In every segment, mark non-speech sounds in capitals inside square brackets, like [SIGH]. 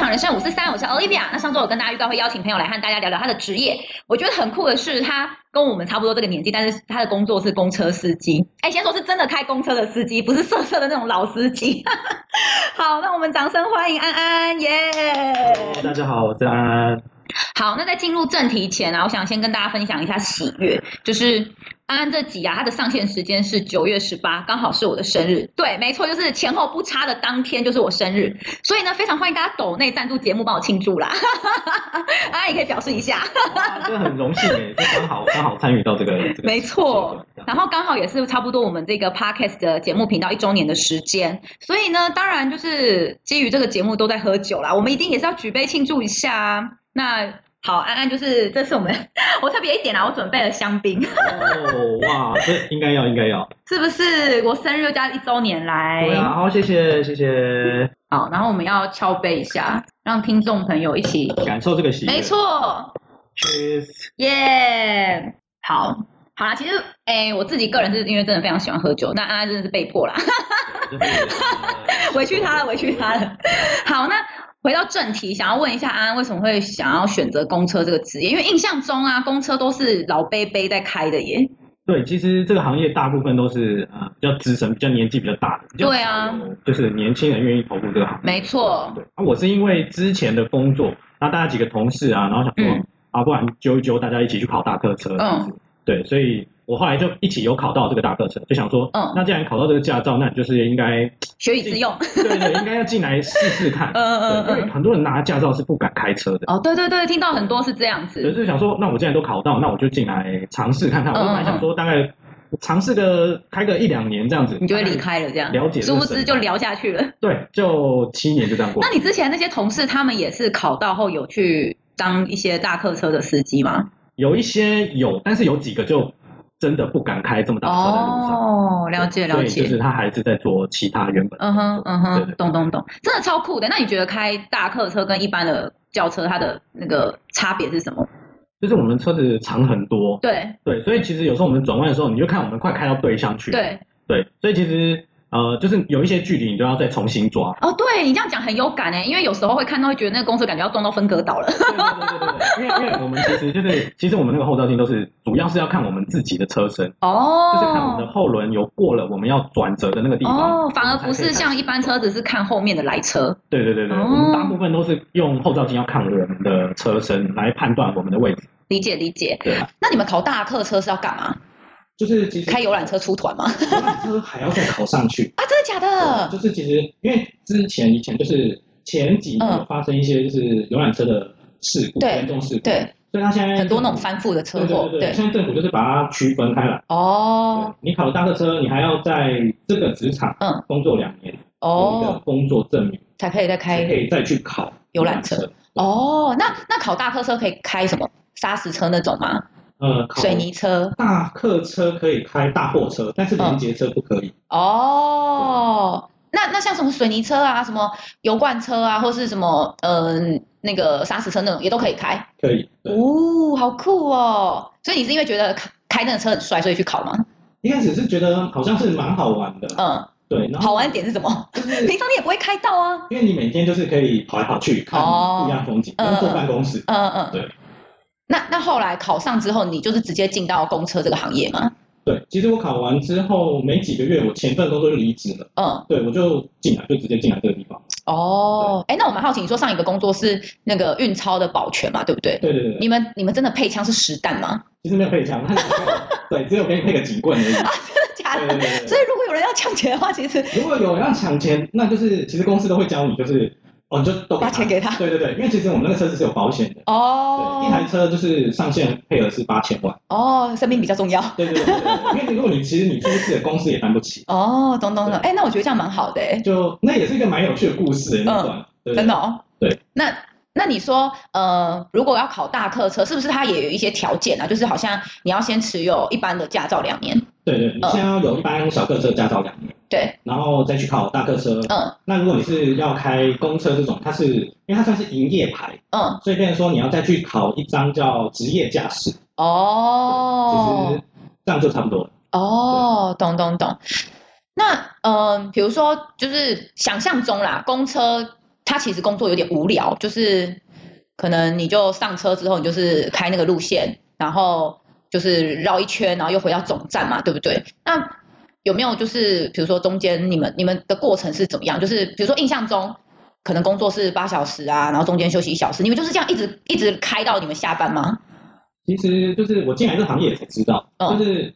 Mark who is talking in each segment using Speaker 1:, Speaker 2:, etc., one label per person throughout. Speaker 1: 晚上五四三，我是 Olivia。那上周我跟大家预告会邀请朋友来和大家聊聊他的职业。我觉得很酷的是，他跟我们差不多这个年纪，但是他的工作是公车司机。哎，先说是真的开公车的司机，不是色色的那种老司机。 [LAUGHS] 好，那我们掌声欢迎安安，耶、
Speaker 2: 大家好，我是安安。
Speaker 1: 好，那在进入正题前啊，我想先跟大家分享一下喜悦，就是安安这集啊，它的上线时间是九月十八，刚好是我的生日。对，没错，就是前后不差的当天就是我生日，所以呢，非常欢迎大家抖内赞助节目帮我庆祝啦。 [LAUGHS] 安安也可以表示一下，
Speaker 2: 哇真的很荣幸诶，就刚好刚好参与到这个。这个
Speaker 1: 没错
Speaker 2: 这个。
Speaker 1: 然后刚好也是差不多我们这个 podcast 的节目频道一周年的时间，所以呢，当然就是基于这个节目都在喝酒啦，我们一定也是要举杯庆祝一下啊。那好，安安就是这是我们我特别一点啦，我准备了香槟，
Speaker 2: 哦哇，这应该要应该要。
Speaker 1: 是不是？我生日又加一周年来，
Speaker 2: 对啊，好，谢谢谢谢，
Speaker 1: 好，然后我们要敲杯一下，让听众朋友一起，
Speaker 2: 感受这个喜悦。
Speaker 1: 没错，
Speaker 2: Cheers。
Speaker 1: 耶、好。好啦，其实哎、我自己个人是因为真的非常喜欢喝酒，那安安真的是被迫啦，
Speaker 2: 就是呃
Speaker 1: 委屈他了，委屈他了。好，那回到正题，想要问一下安安为什么会想要选择公车这个职业？因为印象中啊，公车都是老伯伯在开的耶。
Speaker 2: 对，其实这个行业大部分都是呃比较资深、比较年纪比较大的，比较
Speaker 1: 对啊
Speaker 2: 少有，就是年轻人愿意投入这个行业。
Speaker 1: 没错，
Speaker 2: 对，啊，我是因为之前的工作，那大家几个同事啊，然后想说、
Speaker 1: 嗯
Speaker 2: 啊，不然揪一揪，大家一起去考大客车。
Speaker 1: 嗯，
Speaker 2: 对，所以我后来就一起有考到这个大客车，就想说，
Speaker 1: 嗯
Speaker 2: 那既然考到这个驾照，那你就是
Speaker 1: [LAUGHS]
Speaker 2: 应该，
Speaker 1: 学以致用。
Speaker 2: 对对，应该要进来试试看。
Speaker 1: 嗯嗯
Speaker 2: 对，因为
Speaker 1: 嗯。
Speaker 2: 很多人拿驾照是不敢开车的。
Speaker 1: 哦，对对对，听到很多是这样子。
Speaker 2: 对，就是想说，那我既然都考到，那我就进来尝试看看。我
Speaker 1: 嗯
Speaker 2: 本来
Speaker 1: 嗯
Speaker 2: 想说，大概尝试个开个一两年这样子，
Speaker 1: 你就会离。开了，这样
Speaker 2: 了解
Speaker 1: 殊不
Speaker 2: 这
Speaker 1: 知
Speaker 2: 是
Speaker 1: 就聊下去了。
Speaker 2: 对，就七年就这样过
Speaker 1: 那。你之前那些同事，他们也是考到后有去当一些大客车的司机吗？
Speaker 2: 有一些有，但是有几个就真的不敢开这么大的车在路上。
Speaker 1: 哦，了解了
Speaker 2: 所以
Speaker 1: 解。
Speaker 2: 就是他还是在做其他原本的
Speaker 1: 嗯
Speaker 2: 工
Speaker 1: 哼
Speaker 2: 作。，
Speaker 1: 嗯
Speaker 2: 对
Speaker 1: 哼
Speaker 2: 对，
Speaker 1: 懂懂懂，真的超酷的。那你觉得开大客车跟一般的轿车，它的那个差别是什么？
Speaker 2: 就是我们车子长很多，
Speaker 1: 对
Speaker 2: 对，所以其实有时候我们转弯的时候，你就看我们快开到对向去，
Speaker 1: 对，。
Speaker 2: 对，所以其实呃，就是有一些距离你都要再重新抓
Speaker 1: 哦，对你这样讲很有感哎，因为有时候会看到，会觉得那个公车感觉要撞到分隔岛了。
Speaker 2: 对对对对对对，因为因为我们其实就是，其实我们那个后照镜都是主要是要看我们自己的车身，就是看我们的
Speaker 1: 哦
Speaker 2: 后轮有过了我们要转折的那个地方。
Speaker 1: 哦，反而不是像一般车子是看后面的来车。
Speaker 2: 对对对对，
Speaker 1: 哦
Speaker 2: 我们大部分都是用后照镜要看我们的车身来判断我们的位置。
Speaker 1: 理解理解。
Speaker 2: 对啊，
Speaker 1: 那你们考大客车是要干嘛？
Speaker 2: 就是其实
Speaker 1: 开游览车出团吗？啊，
Speaker 2: 游览车还要再考上去。
Speaker 1: 真的假的？
Speaker 2: 就是其实因为之前以前就是前几年
Speaker 1: 嗯
Speaker 2: 有发生一些就是游览车的事故，
Speaker 1: 对
Speaker 2: 严重事故，，
Speaker 1: 对，
Speaker 2: 所以他现在
Speaker 1: 很多那种翻覆的车
Speaker 2: 对
Speaker 1: 祸
Speaker 2: 对。对对，
Speaker 1: 对，
Speaker 2: 现在政府就是把它区分开来。
Speaker 1: 哦
Speaker 2: 对你考了大客车，你还要在这个职场
Speaker 1: 嗯
Speaker 2: 工作两年，有一个
Speaker 1: 哦，
Speaker 2: 工作证明，
Speaker 1: 才可以再开
Speaker 2: 才可以再去考
Speaker 1: 游览车。哦，那那考大客车可以开什么砂石车那种吗？
Speaker 2: 呃，考
Speaker 1: 水泥车？
Speaker 2: 大客车可以开大货车，但是
Speaker 1: 嗯
Speaker 2: 连接车不可以。
Speaker 1: 哦，那那像什么水泥车啊，什么油罐车啊，或是什么嗯、呃、那个砂石车那种也都可以开。
Speaker 2: 可以，对
Speaker 1: 哦，好酷哦！所以你是因为觉得开开那个车很帅，所以去考吗？
Speaker 2: 一开始是觉得好像是蛮好玩的，
Speaker 1: 嗯，
Speaker 2: 对，然后
Speaker 1: 好玩的点是什么？ [LAUGHS]
Speaker 2: 就是
Speaker 1: 平常你也不会开到啊。
Speaker 2: 因为你每天就是可以跑来跑去看
Speaker 1: 哦
Speaker 2: 不一样风景，不
Speaker 1: 嗯
Speaker 2: 用坐办公室。
Speaker 1: 嗯嗯。
Speaker 2: 对。
Speaker 1: 那那后来考上之后，你就是直接进到公车这个行业吗？
Speaker 2: 对，其实我考完之后没几个月，我前份工作就离职了。
Speaker 1: 嗯，
Speaker 2: 对，我就进来，就直接进来这个地方。
Speaker 1: 哦，哎，那我蛮好奇，你说上一个工作是那个运钞的保全嘛，对不对？
Speaker 2: 对对对对，
Speaker 1: 你们你们真的配枪是实弹吗？ [LAUGHS]
Speaker 2: 其实没有配枪，他只给我对，只有给你配个警棍而已。
Speaker 1: 假
Speaker 2: 对
Speaker 1: 的。
Speaker 2: 对对
Speaker 1: [LAUGHS] 所
Speaker 2: 对。
Speaker 1: 以如果有人要抢劫的话，其实
Speaker 2: 如果有人要抢钱，那就是其实公司都会教你，就是哦，你就都
Speaker 1: 把钱给他。
Speaker 2: 对对对，因为其实我们那个车子是有保险的。对，一台
Speaker 1: 哦
Speaker 2: 车就是上限配额是八千万。
Speaker 1: 哦，生命比较重要。
Speaker 2: 对对对对对，因为如果你其实你出事，公司也担不起。
Speaker 1: 哦，懂懂懂。哎，那我觉得这样蛮好的哎，
Speaker 2: 就那也是一个蛮有趣的故事，那段。对对
Speaker 1: 真的哦。
Speaker 2: 对。
Speaker 1: 那那你说，呃，如果要考大客车，是不是它也有一些条件啊？就是好像你要先持有一般的驾照两年。
Speaker 2: 对对，你
Speaker 1: 嗯
Speaker 2: 先要有一般小客车驾照两年，
Speaker 1: 对，
Speaker 2: 然后再去考大客车。
Speaker 1: 嗯
Speaker 2: 那如果你是要开公车这种，它是因为它算是营业牌，
Speaker 1: 嗯，
Speaker 2: 所以变成说你要再去考一张叫职业驾驶。
Speaker 1: 哦。
Speaker 2: 其实这样就差不多了。
Speaker 1: 哦，懂懂懂。那嗯、呃比如说，就是想象中啦，公车他其实工作有点无聊，就是可能你就上车之后，你就是开那个路线，然后就是绕一圈，然后又回到总站嘛，对不对？那有没有就是比如说中间你们你们的过程是怎么样？就是比如说印象中可能工作是八小时啊，然后中间休息一小时，你们就是这样一直一直开到你们下班吗？
Speaker 2: 其实就是我进来这行业才知道，
Speaker 1: 哦
Speaker 2: 就是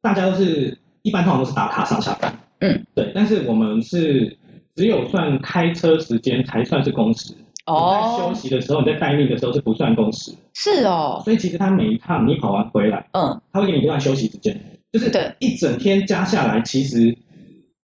Speaker 2: 大家都是一般通常都是打卡上下班，
Speaker 1: 嗯，
Speaker 2: 对，但是我们是只有算开车时间才算是工时，你在休
Speaker 1: 哦，
Speaker 2: 息的时候你在待命的时候是不算工时，
Speaker 1: 是哦，
Speaker 2: 所以其实他每一趟你跑完回来，
Speaker 1: 嗯，
Speaker 2: 他会给你一段休息时间，就是
Speaker 1: 对
Speaker 2: 一整天加下来，其实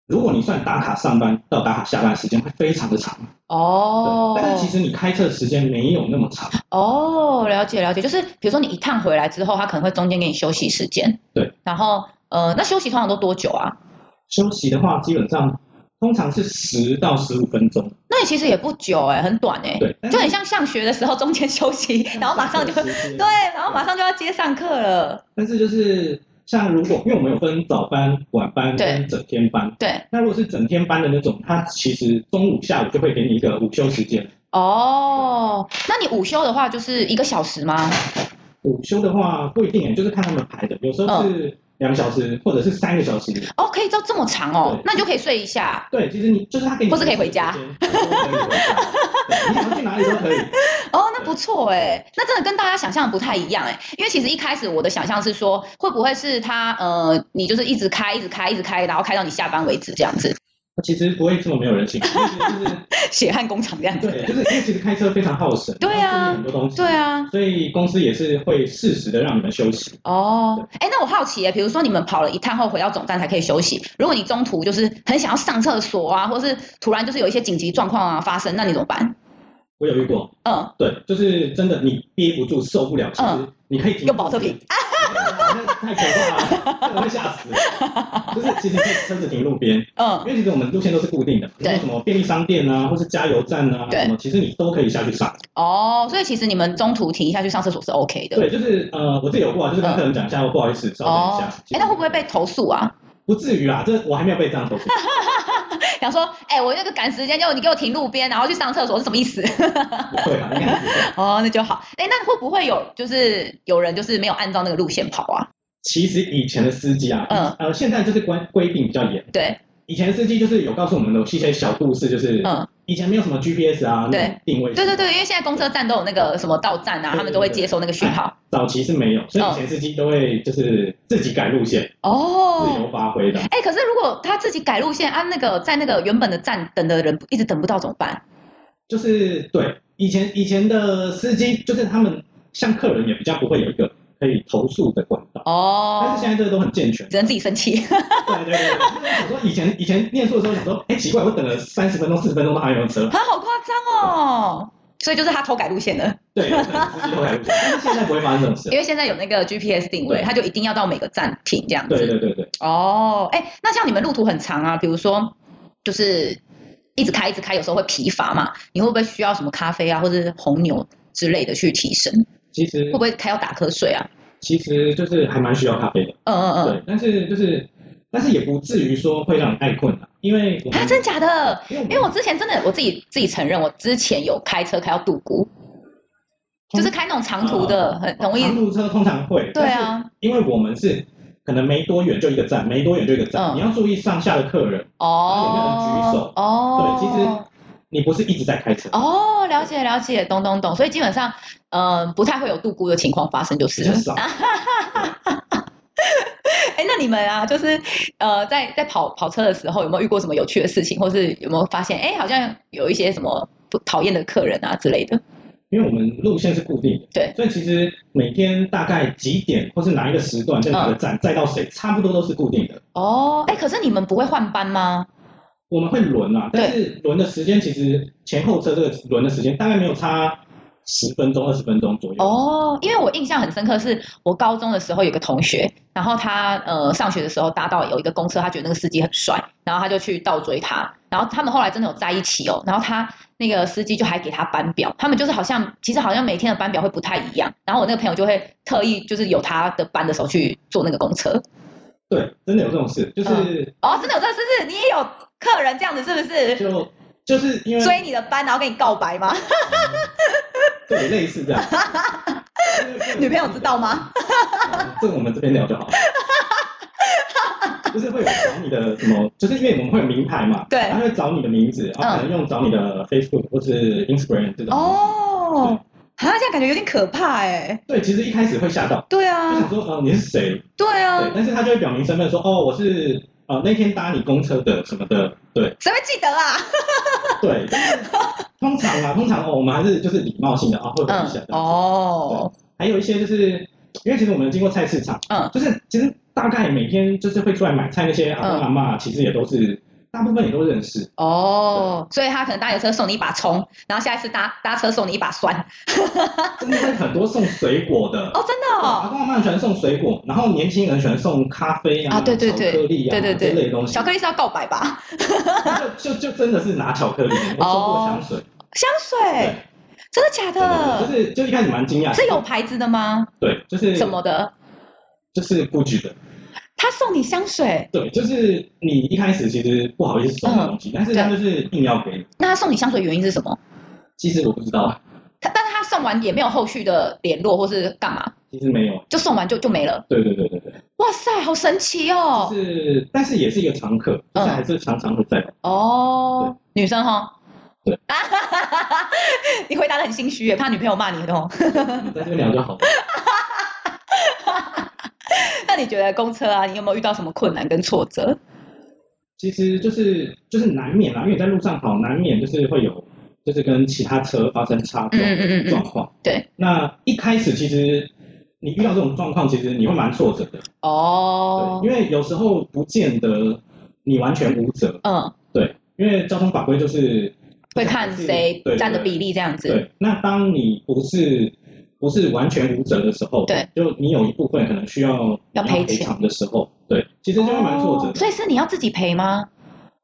Speaker 2: 如果你算打卡上班到打卡下班时间会非常的长，对
Speaker 1: 哦，
Speaker 2: 但是其实你开车时间没有那么长，
Speaker 1: 哦，了解了解，就是比如说你一趟回来之后，他可能会中间给你休息时间，
Speaker 2: 对，
Speaker 1: 然后呃，那休息通常都多久啊？
Speaker 2: 休息的话基本上通常是十到十五分钟，
Speaker 1: 那也其实也不久哎、很短哎、
Speaker 2: 对，但是
Speaker 1: 就很像上学的时候中间休息，
Speaker 2: [LAUGHS]
Speaker 1: 然后马上就
Speaker 2: 上
Speaker 1: 对
Speaker 2: 课时间，
Speaker 1: 然后马上就要接上课了，
Speaker 2: 但是就是像如果因为我们有分早班、晚班
Speaker 1: 对
Speaker 2: 跟整天班，
Speaker 1: 对，
Speaker 2: 那如果是整天班的那种，它其实中午、下午就会给你一个午休时间。
Speaker 1: 哦，那你午休的话就是一个小时吗？
Speaker 2: 午休的话不一定耶，就是看他们排的，有时候
Speaker 1: 嗯
Speaker 2: 是两个小时或者是三个小时。
Speaker 1: 哦，可以到这么长哦
Speaker 2: 对，
Speaker 1: 那你就可以睡一下，
Speaker 2: 对，其实你就是他给你，
Speaker 1: 或是可以回家
Speaker 2: 对，都可以回家对你想要去哪里都可以。
Speaker 1: 哦，那不错哎，那真的跟大家想象不太一样哎，因为其实一开始我的想象是说，会不会是他呃，你就是一直开，一直开，一直开，然后开到你下班为止这样子，
Speaker 2: 其实不会这么没有人性，就是
Speaker 1: 血汗工厂这样子。
Speaker 2: 对，就是因为其实开车非常耗神，
Speaker 1: 对啊
Speaker 2: 要注意很多东西，
Speaker 1: 对，啊，
Speaker 2: 所以公司也是会适时的让你们休息。
Speaker 1: 哦，哎，那我好奇哎，比如说你们跑了一趟后回到总站才可以休息，如果你中途就是很想要上厕所啊，或是突然就是有一些紧急状况啊发生，那你怎么办？
Speaker 2: 我有遇过，
Speaker 1: 嗯，
Speaker 2: 对，就是真的，你憋不住，受不了，其实
Speaker 1: 嗯
Speaker 2: 你可以停。 [LAUGHS]
Speaker 1: 用保特瓶
Speaker 2: 那太可怕了，我会吓死。就是其实你可以车子停路边，因
Speaker 1: 嗯，
Speaker 2: 为其实我们路线都是固定的，比如
Speaker 1: 对
Speaker 2: 说什么便利商店啊，或是加油站啊，
Speaker 1: 对
Speaker 2: 什么，其实你都可以下去上。
Speaker 1: 哦，所以其实你们中途停一下去上厕所是 OK 的。
Speaker 2: 对，就是呃，我自己有过啊，就是跟客人讲一下，我不好意思，稍等一
Speaker 1: 哦，
Speaker 2: 下。
Speaker 1: 哎，那会不会被投诉啊？
Speaker 2: 不至于啊？这我还没有被这样
Speaker 1: [LAUGHS]
Speaker 2: 投诉。
Speaker 1: 想说，哎、我那个赶时间，结果你给我停路边，然后去上厕所，是什么意思？ [LAUGHS]
Speaker 2: 不会啊，应该不会。
Speaker 1: 哦，那就好。哎、那会不会有就是有人就是没有按照那个路线跑啊？
Speaker 2: 其实以前的司机啊，
Speaker 1: 嗯
Speaker 2: 呃，现在就是规规定比较严，
Speaker 1: 对，
Speaker 2: 以前司机就是有告诉我们的一些小故事，就是
Speaker 1: 嗯
Speaker 2: 以前没有什么 GPS 啊，
Speaker 1: 对
Speaker 2: 那种定位，
Speaker 1: 对对，对，因为现在公车站都有那个什么到站啊，
Speaker 2: 对
Speaker 1: 他们都会接收那个讯号。
Speaker 2: 早期是没有，所以以前司机都会就是自己改路线，自
Speaker 1: 哦，
Speaker 2: 由发挥的。
Speaker 1: 哎、可是如果他自己改路线，啊按、那个在那个原本的站等的人一直等不到怎么办？
Speaker 2: 就是对以前以前的司机，就是他们向客人也比较不会有一个可以投诉的管道，但
Speaker 1: 哦
Speaker 2: 是，现在这个都很健全。
Speaker 1: 只能自己生气。 [LAUGHS]
Speaker 2: 对对对，对想说以前以前念书的时候想说，哎，奇怪，我等了三十分钟、四十分钟都还没有车，
Speaker 1: 他啊好夸张哦。所以就是他偷改路线了，
Speaker 2: 对，等司机都还不但是现在不会发生这种事
Speaker 1: 因。为现在有那个 GPS 定位，
Speaker 2: 对
Speaker 1: 他就一定要到每个站停这样子。
Speaker 2: 对对对对，
Speaker 1: 哦，哎，那像你们路途很长啊，比如说就是一直开一直开，有时候会疲乏嘛，你会不会需要什么咖啡啊，或者是红牛之类的去提神？
Speaker 2: 其实
Speaker 1: 会不会开到打瞌睡啊？
Speaker 2: 其实就是还蛮需要咖啡的，
Speaker 1: 嗯嗯嗯，
Speaker 2: 对，但是就是但是也不至于说会让你爱困啊，因为我们
Speaker 1: 啊，真假的？
Speaker 2: 因为我
Speaker 1: 因为我
Speaker 2: 们
Speaker 1: 之前真的我自己自己承认，我之前有开车开到杜姑，就是开那种长途的，很容易
Speaker 2: 哦呃长。途车通常会，
Speaker 1: 对，啊，
Speaker 2: 因为我们是可能没多远就一个站，没多远就一个站，
Speaker 1: 嗯
Speaker 2: 你要注意上下的客人，有没有人举
Speaker 1: 哦
Speaker 2: 手
Speaker 1: 哦，
Speaker 2: 对其实你不是一直在开车，
Speaker 1: 哦，了解了解，懂懂懂，所以基本上，嗯、不太会有度孤的情况发生就是
Speaker 2: 比
Speaker 1: 了
Speaker 2: 较。少。
Speaker 1: [LAUGHS] 哎，那你们啊，就是呃，在在跑跑车的时候，有没有遇过什么有趣的事情，或是有没有发现，哎，好像有一些什么不讨厌的客人啊之类的？
Speaker 2: 因为我们路线是固定的，
Speaker 1: 对
Speaker 2: 所以其实每天大概几点或是哪一个时段在哪个站、载到谁，差不多都是固定的。
Speaker 1: 哦，哎，可是你们不会换班吗？
Speaker 2: 我们会轮啊，
Speaker 1: 对
Speaker 2: 但是轮的时间其实前后车这个轮的时间大概没有差十分钟、二十分钟左右。，
Speaker 1: 哦，因为我印象很深刻是，我高中的时候有个同学，然后他呃上学的时候搭到有一个公车，他觉得那个司机很帅，然后他就去倒追他，然后他们后来真的有在一起哦，然后他那个司机就还给他班表，他们就是好像其实好像每天的班表会不太一样，然后我那个朋友就会特意就是有他的班的时候去坐那个公车，
Speaker 2: 对，真的有这种事，就是、
Speaker 1: 哦，真的有这个是不是？你也有客人这样子是不是？
Speaker 2: 就就是因为
Speaker 1: 追你的班，然后跟你告白 [LAUGHS] 吗？
Speaker 2: 对类似
Speaker 1: [LAUGHS]
Speaker 2: 这样，
Speaker 1: 女朋友知道吗？
Speaker 2: 呃 [LAUGHS] 这个我们这边聊就好了。就是会有找你的什么，就是因为我们会有名牌嘛，
Speaker 1: 对嗯
Speaker 2: 他会找你的名字，然后可能用找你的 Facebook 或是 Instagram 这种。，
Speaker 1: 哦，啊，这样感觉有点可怕哎。
Speaker 2: 对，其实一开始会吓到，
Speaker 1: 对
Speaker 2: 就想
Speaker 1: 啊，
Speaker 2: 说呃你是谁？
Speaker 1: 对
Speaker 2: 对
Speaker 1: 啊，，
Speaker 2: 但是他就会表明身份说哦我是呃那天搭你公车的什么的，对
Speaker 1: 谁会记得啊？
Speaker 2: 对。但是通常啊，通常哦我们还是就是礼貌性的啊会问一下
Speaker 1: 嗯，
Speaker 2: 这样子。
Speaker 1: 哦，
Speaker 2: 还有一些就是因为其实我们经过菜市场，
Speaker 1: 嗯
Speaker 2: 就是其实大概每天就是会出来买菜那些阿公
Speaker 1: 嗯
Speaker 2: 阿妈，其实也都是大部分也都
Speaker 1: [LAUGHS]
Speaker 2: 认识。
Speaker 1: 哦，所以他可能搭油车送你一把葱，然后下一次搭搭车送你一把蒜。
Speaker 2: 真的会很多送水果的。
Speaker 1: 哦，真的
Speaker 2: 阿
Speaker 1: 哦，
Speaker 2: 公阿妈喜欢送水果，然后年轻人喜欢送咖啡啊、
Speaker 1: 啊对对对
Speaker 2: 巧克力啊
Speaker 1: 对对对
Speaker 2: 这类的东西。
Speaker 1: 巧克力是要告白吧？
Speaker 2: 就就就真的是拿巧
Speaker 1: [LAUGHS]
Speaker 2: 克力，我收过香水，
Speaker 1: 香水，
Speaker 2: 对，
Speaker 1: 哦真的假
Speaker 2: 真的
Speaker 1: 的？
Speaker 2: 就是就一开始蛮惊讶的，
Speaker 1: 是有牌子的吗？
Speaker 2: 对，就是
Speaker 1: 什么的？
Speaker 2: 就是 Gucci 的，
Speaker 1: 他送你香水，
Speaker 2: 对，就是你一开始其实不好意思送的
Speaker 1: 嗯
Speaker 2: 东西，但是他就是硬要给你，
Speaker 1: 那他送你香水原因是什么？
Speaker 2: 其实我不知道，
Speaker 1: 他，但是他送完也没有后续的联络或是干嘛，
Speaker 2: 其实没有，
Speaker 1: 就送完就就没了。
Speaker 2: 对对对对对，
Speaker 1: 哇塞，好神奇哦！
Speaker 2: 是，但是也是一个常客，就
Speaker 1: 嗯
Speaker 2: 是还是常常会
Speaker 1: [LAUGHS]
Speaker 2: 在，
Speaker 1: 哦，女生哈，
Speaker 2: 对，
Speaker 1: [LAUGHS] 你回答的很心虚耶，怕女朋友骂你哦。 [LAUGHS]
Speaker 2: 你在这边聊就好了。
Speaker 1: 那你觉得公车啊，你有没有遇到什么困难跟挫折？
Speaker 2: 其实就是就是难免啦，因为你在路上跑，难免就是会有就是跟其他车发生擦
Speaker 1: 嗯
Speaker 2: 撞
Speaker 1: 嗯嗯嗯
Speaker 2: 状
Speaker 1: 嗯，
Speaker 2: 况。
Speaker 1: 对，
Speaker 2: 那一开始其实你遇到这种状况，其实你会蛮挫折的，
Speaker 1: 哦
Speaker 2: 对，，因为有时候不见得你完全无责，
Speaker 1: 嗯，
Speaker 2: 对，因为交通法规就是
Speaker 1: 会看谁
Speaker 2: 对
Speaker 1: 占的比例这样
Speaker 2: 对
Speaker 1: 子。
Speaker 2: 那当你不是不是完全无责的时候，
Speaker 1: 对，
Speaker 2: 就你有一部分可能需要
Speaker 1: 要
Speaker 2: 你
Speaker 1: 赔
Speaker 2: 赔
Speaker 1: 钱
Speaker 2: 偿的时候，对，其实就会蛮挫折
Speaker 1: 哦
Speaker 2: 的。
Speaker 1: 所以是你要自己赔吗？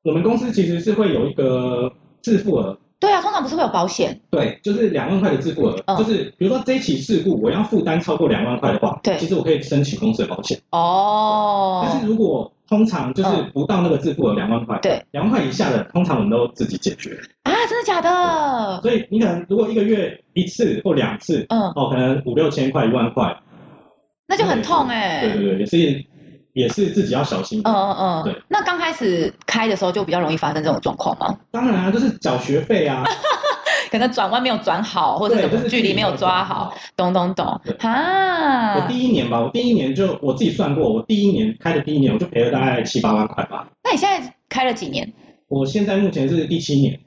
Speaker 2: 我们公司其实是会有一个自付额。
Speaker 1: 对啊，通常不是会有保险？
Speaker 2: 对，就是两万块的自付额，
Speaker 1: 嗯
Speaker 2: 就是比如说这一起事故我要负担超过两万块的话，
Speaker 1: 对
Speaker 2: 其实我可以申请公司的保险。但
Speaker 1: 哦
Speaker 2: 是，如果通常就是
Speaker 1: 嗯
Speaker 2: 不到那个自付额两万块，
Speaker 1: 对，
Speaker 2: 两万块以下的，通常我们都自己解决。
Speaker 1: 啊，真的假的？
Speaker 2: 所以你可能如果一个月一次或两次，
Speaker 1: 嗯，
Speaker 2: 哦，可能五六千块、一万块，
Speaker 1: 那就很痛哎。
Speaker 2: 对对对，也是也是自己要小心。
Speaker 1: 嗯嗯嗯，
Speaker 2: 对。
Speaker 1: 那刚开始开的时候就比较容易发生这种状况吗？
Speaker 2: 当然啊，就是缴学费
Speaker 1: [LAUGHS]
Speaker 2: 啊，
Speaker 1: 可能转弯没有转好，或者
Speaker 2: 对
Speaker 1: 什
Speaker 2: 就
Speaker 1: 么
Speaker 2: 是
Speaker 1: 距离没有抓好，。懂懂懂
Speaker 2: 对我
Speaker 1: 啊
Speaker 2: 第？一年吧，我第一年就我自己算过，我第一年开的第一年我就赔了大概七八万块吧。
Speaker 1: 那你现在开了几年？
Speaker 2: 我现在目前是第七年，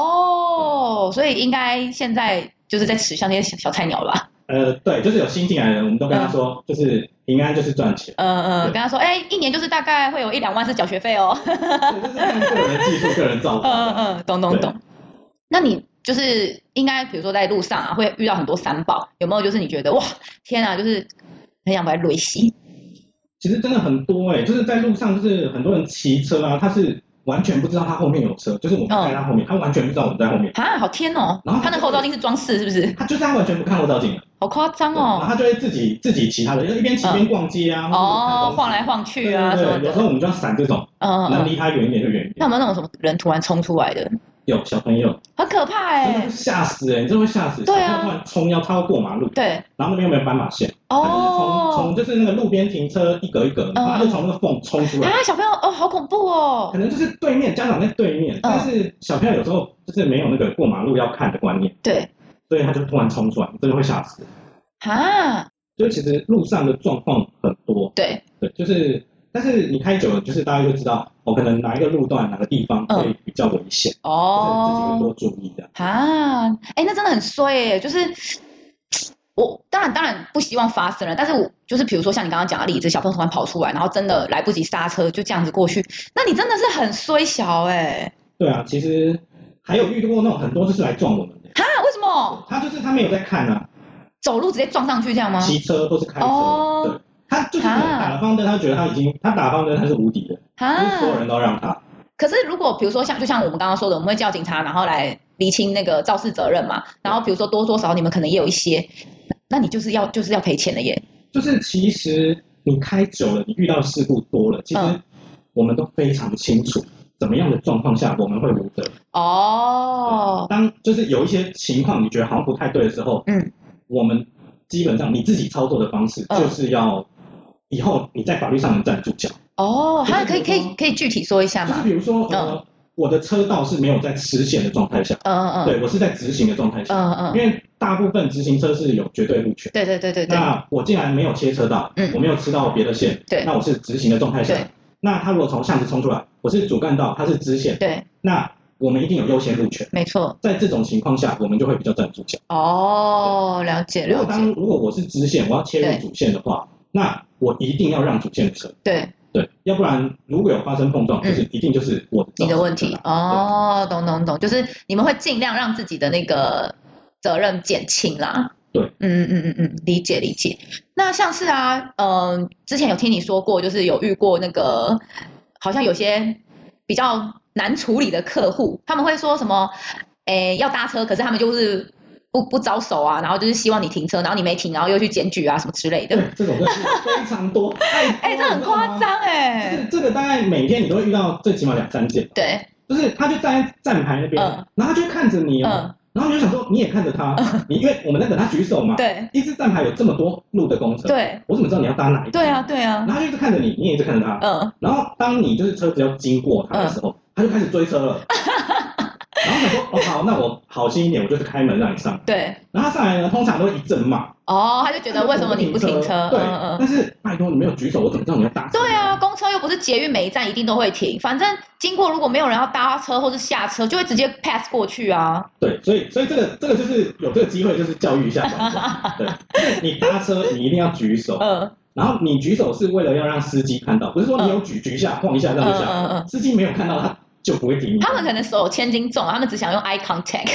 Speaker 1: 哦，所以应该现在就是在吃像那些小小菜鸟了吧？，
Speaker 2: 呃，对，就是有新进来的人，我们都跟他说，就是平安就是赚钱
Speaker 1: 嗯嗯，
Speaker 2: 对
Speaker 1: 跟他说，哎，一年就是大概会有一两万是缴学费哦。
Speaker 2: [LAUGHS] 对，就是看个人的技术、个人造化。
Speaker 1: 嗯嗯，懂懂
Speaker 2: 对
Speaker 1: 懂。那你就是应该，比如说在路上啊，会遇到很多三宝，有没有？就是你觉得哇，天啊，就是很想把它累死。
Speaker 2: 其实真的很多哎、就是在路上，就是很多人骑车啊，他是完全不知道他后面有车，就是我们在他后面，他完全不知道我们在后面，
Speaker 1: 啊，好天哦！
Speaker 2: 然后
Speaker 1: 他那
Speaker 2: 就
Speaker 1: 个后照镜是装饰，是不是？
Speaker 2: 他就是他完全不看后照镜的，
Speaker 1: 好夸张
Speaker 2: 对然后
Speaker 1: 哦！
Speaker 2: 他就会自己自己骑他的，就一边骑一边逛街啊，
Speaker 1: 哦，
Speaker 2: 或
Speaker 1: 晃
Speaker 2: 者
Speaker 1: 来
Speaker 2: 是看东西
Speaker 1: 晃去啊什
Speaker 2: 对
Speaker 1: 么
Speaker 2: 对对，有时候
Speaker 1: 的。
Speaker 2: 我们就要闪这种，
Speaker 1: 嗯嗯
Speaker 2: 能
Speaker 1: 嗯。
Speaker 2: 离他远一点就远一
Speaker 1: 那
Speaker 2: 点。
Speaker 1: 有没有那种什么人突然冲出来的？
Speaker 2: 有小朋友，
Speaker 1: 很可怕
Speaker 2: 真的
Speaker 1: 哎、
Speaker 2: 会吓死人、你真的会吓死。
Speaker 1: 对啊
Speaker 2: 小朋友突然冲要他要过马路，
Speaker 1: 对，
Speaker 2: 然后那边又没有斑马线。从从
Speaker 1: 哦，嗯
Speaker 2: 就是那个路边停车一格一格，然后就从那个缝冲出来，
Speaker 1: 啊，小朋友哦，好恐怖
Speaker 2: 可
Speaker 1: 哦。
Speaker 2: 能就是对面家长在对面，
Speaker 1: 嗯
Speaker 2: 但是小朋友有时候就是没有那个过马路要看的观念，
Speaker 1: 对，
Speaker 2: 所以他就突然冲出来，真的会吓死。
Speaker 1: 啊，
Speaker 2: 就其实路上的状况很多，
Speaker 1: 对，
Speaker 2: 对，就是但是你开久了，就是大家就知道，哦，可能哪一个路段哪个地方会比较危险，就是自己会
Speaker 1: 嗯哦，
Speaker 2: 多注意的。
Speaker 1: 啊，哎，那真的很衰哎、就是。我当然当然不希望发生了，但是我就是比如说像你刚刚讲的例子，小朋友突然跑出来，然后真的来不及刹车，就这样子过去，那你真的是很衰小哎、
Speaker 2: 对啊，其实还有遇过那种很多就是来撞我们的，
Speaker 1: 哈，为什么
Speaker 2: 他就是他没有在看啊，
Speaker 1: 走路直接撞上去这样吗？
Speaker 2: 骑车或是开车，
Speaker 1: 嗯哦
Speaker 2: 对，他就是可能
Speaker 1: 啊
Speaker 2: 打了方向灯，他觉得他已经他打了方向灯他是无敌的，
Speaker 1: 啊
Speaker 2: 不是所有人都让他，
Speaker 1: 可是如果比如说像就像我们刚刚说的，我们会叫警察，然后来厘清那个肇事责任嘛。然后比如说多多少少你们可能也有一些，那你就是要就是要赔钱的耶。
Speaker 2: 就是其实你开久了，你遇到事故多了，其实
Speaker 1: 嗯
Speaker 2: 我们都非常清楚，怎么样的状况下我们会无责？
Speaker 1: 哦，
Speaker 2: 当就是有一些情况你觉得好像不太对的时候，
Speaker 1: 嗯，
Speaker 2: 我们基本上你自己操作的方式
Speaker 1: 嗯
Speaker 2: 就是要以后你在法律上能站得住脚。
Speaker 1: 哦，
Speaker 2: 就是
Speaker 1: 还可以可
Speaker 2: 比如
Speaker 1: 以
Speaker 2: 说
Speaker 1: 可以具体说一下
Speaker 2: 就是 [LAUGHS]
Speaker 1: 吗？
Speaker 2: 比如说，呃，我的车道是没有在实线的状态下，
Speaker 1: 嗯嗯嗯，
Speaker 2: 对我是在直行的状态下，
Speaker 1: 嗯嗯
Speaker 2: 因，为大部分直行车是有绝对路权。
Speaker 1: 对对对对对，
Speaker 2: 那我竟然没有切车道，
Speaker 1: 嗯
Speaker 2: 我没有吃到别的线，
Speaker 1: 对
Speaker 2: 那我是直行的状态下
Speaker 1: 对，
Speaker 2: 那他如果从巷子冲出来，我是主干道，他是支线，
Speaker 1: 对，
Speaker 2: 那我们一定有优先路权。
Speaker 1: 没错。
Speaker 2: 在这种情况下，我们就会比较站得住脚。
Speaker 1: 哦，了解
Speaker 2: 如
Speaker 1: 了
Speaker 2: 果当
Speaker 1: 解，
Speaker 2: 如果我是支线，我要切
Speaker 1: 对
Speaker 2: 入主线的话，那我一定要让主线的车，
Speaker 1: 对
Speaker 2: 对，要不然如果有发生碰撞，就是一定就是我
Speaker 1: 嗯你的
Speaker 2: 造成
Speaker 1: 问题
Speaker 2: 啦。
Speaker 1: 哦，懂懂懂，就是你们会尽量让自己的那个责任减轻啦。
Speaker 2: 对，
Speaker 1: 嗯嗯嗯嗯，理解理解。那像是啊，嗯、之前有听你说过，就是有遇过那个，好像有些比较难处理的客户，他们会说什么，诶，要搭车，可是他们就是不不招手啊，然后就是希望你停车，然后你没停，然后又去检举啊什么之类的。
Speaker 2: 对，这种真的是非
Speaker 1: [LAUGHS]
Speaker 2: 常多，哎
Speaker 1: 哎、这很夸。张哎、
Speaker 2: 就是这个大概每天你都会遇到最起码两三件，
Speaker 1: 对，
Speaker 2: 就是他就站在站牌那边，
Speaker 1: 嗯
Speaker 2: 然后他就看着你哦，
Speaker 1: 嗯，
Speaker 2: 然后你就想说你也看着他，你因为我们在等他举手嘛，
Speaker 1: 对，
Speaker 2: 一支站牌有这么多路的公车，，
Speaker 1: 对，
Speaker 2: 我怎么知道你要搭哪一？
Speaker 1: 对，啊，对啊
Speaker 2: 然，后他就一直看着你，你也一直看着他，
Speaker 1: 嗯，
Speaker 2: 然后当你就是车子要经过他的时候，他就开始追车
Speaker 1: [LAUGHS]
Speaker 2: 了。然后想说，哦好，那我好心一点，我就是开门让你上。
Speaker 1: 对，
Speaker 2: 然后他上来呢，通常都会一阵骂，
Speaker 1: 哦，他就觉得为什么你不停车？
Speaker 2: 对，
Speaker 1: 嗯嗯。
Speaker 2: 但是拜托你没有举手，我怎么知道你要搭？
Speaker 1: 对啊，，公车又不是捷运，每一站一定都会停。反正经过，如果没有人要搭车或是下车，就会直接 pass 过去啊。
Speaker 2: 对，所以所以这个这个就是有这个机会，就是教育一下观众。对，你搭车你一定要举手，
Speaker 1: 嗯
Speaker 2: 然后你举手是为了要让司机看到，不是说你有举举一下晃一下
Speaker 1: 嗯
Speaker 2: 让一下，
Speaker 1: 嗯嗯。
Speaker 2: 司机没有看到他就不会停你。
Speaker 1: 他们可能手有千斤重，他们只想用 eye
Speaker 2: [LAUGHS]
Speaker 1: contact。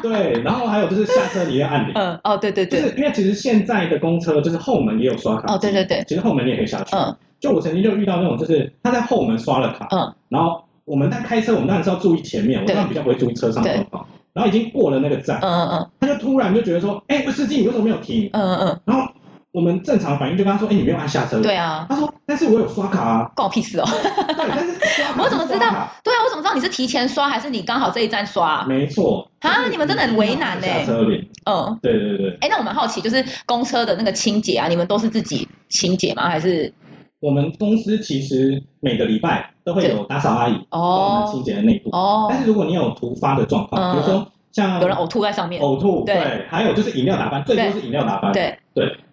Speaker 2: 对，然后还有就是下车你要按铃，
Speaker 1: 嗯，哦，对对
Speaker 2: 就
Speaker 1: 对，
Speaker 2: 是因为其实现在的公车就是后门也有刷卡机
Speaker 1: 哦，对对对，
Speaker 2: 其实后门你也可以下去。
Speaker 1: 嗯
Speaker 2: 就我曾经就遇到那种，就是他在后门刷了卡，
Speaker 1: 嗯，
Speaker 2: 然后我们在开车，我们当然是要注意前面，我
Speaker 1: 对
Speaker 2: 当然比较不会注意车上的状况。然后已经过了那个站
Speaker 1: 嗯，嗯
Speaker 2: 他就突然就觉得说，哎、司机你为什么没有停
Speaker 1: 嗯？嗯
Speaker 2: 然后我们正常反应就跟他说，哎、你没有按下车。
Speaker 1: 嗯，。对啊，
Speaker 2: 他说，但是我有刷卡啊。
Speaker 1: 关我屁事哦。 [LAUGHS]
Speaker 2: 对，但是刷卡
Speaker 1: 我怎么
Speaker 2: 是刷
Speaker 1: 知道
Speaker 2: 卡？
Speaker 1: 对啊，我怎么知道你是提前刷还是你刚好这一站刷啊？
Speaker 2: 没错。
Speaker 1: 啊，你们真的很为难呢、
Speaker 2: 下车铃。
Speaker 1: 嗯。
Speaker 2: 对对对，
Speaker 1: 哎，那我蛮好奇，就是公车的那个清洁啊，你们都是自己清洁吗？还是
Speaker 2: 我们公司其实每个礼拜都会有打扫阿姨帮我们
Speaker 1: 哦
Speaker 2: 清洁的内部。
Speaker 1: 哦
Speaker 2: 但，是如果你有突发的状况，
Speaker 1: 嗯
Speaker 2: 比如说像
Speaker 1: 有人呕吐在上面？
Speaker 2: 呕吐，
Speaker 1: 对
Speaker 2: 对，还有就是饮料打翻，最多是饮料打翻。
Speaker 1: 对，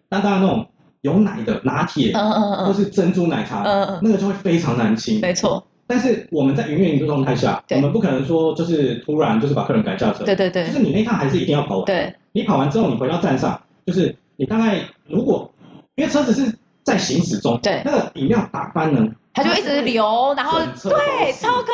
Speaker 2: 那当然那种有奶的拿铁
Speaker 1: 嗯嗯
Speaker 2: 或
Speaker 1: 嗯
Speaker 2: 是珍珠奶
Speaker 1: 嗯
Speaker 2: 茶，
Speaker 1: 嗯
Speaker 2: 那个就会非常难清
Speaker 1: 嗯，。没错，
Speaker 2: 但是我们在营运的状态下，
Speaker 1: 对
Speaker 2: 我们不可能说就是突然就是把客人赶下车，
Speaker 1: 对对
Speaker 2: 就
Speaker 1: 对
Speaker 2: 是你那趟还是一定要跑完。
Speaker 1: 对，
Speaker 2: 你跑完之后，你回到站上，就是你大概如果因为车子是在行驶中，
Speaker 1: 对
Speaker 2: 那个饮料打翻呢，
Speaker 1: 它就一直流，然后
Speaker 2: 整车都
Speaker 1: 对，
Speaker 2: 是
Speaker 1: 超可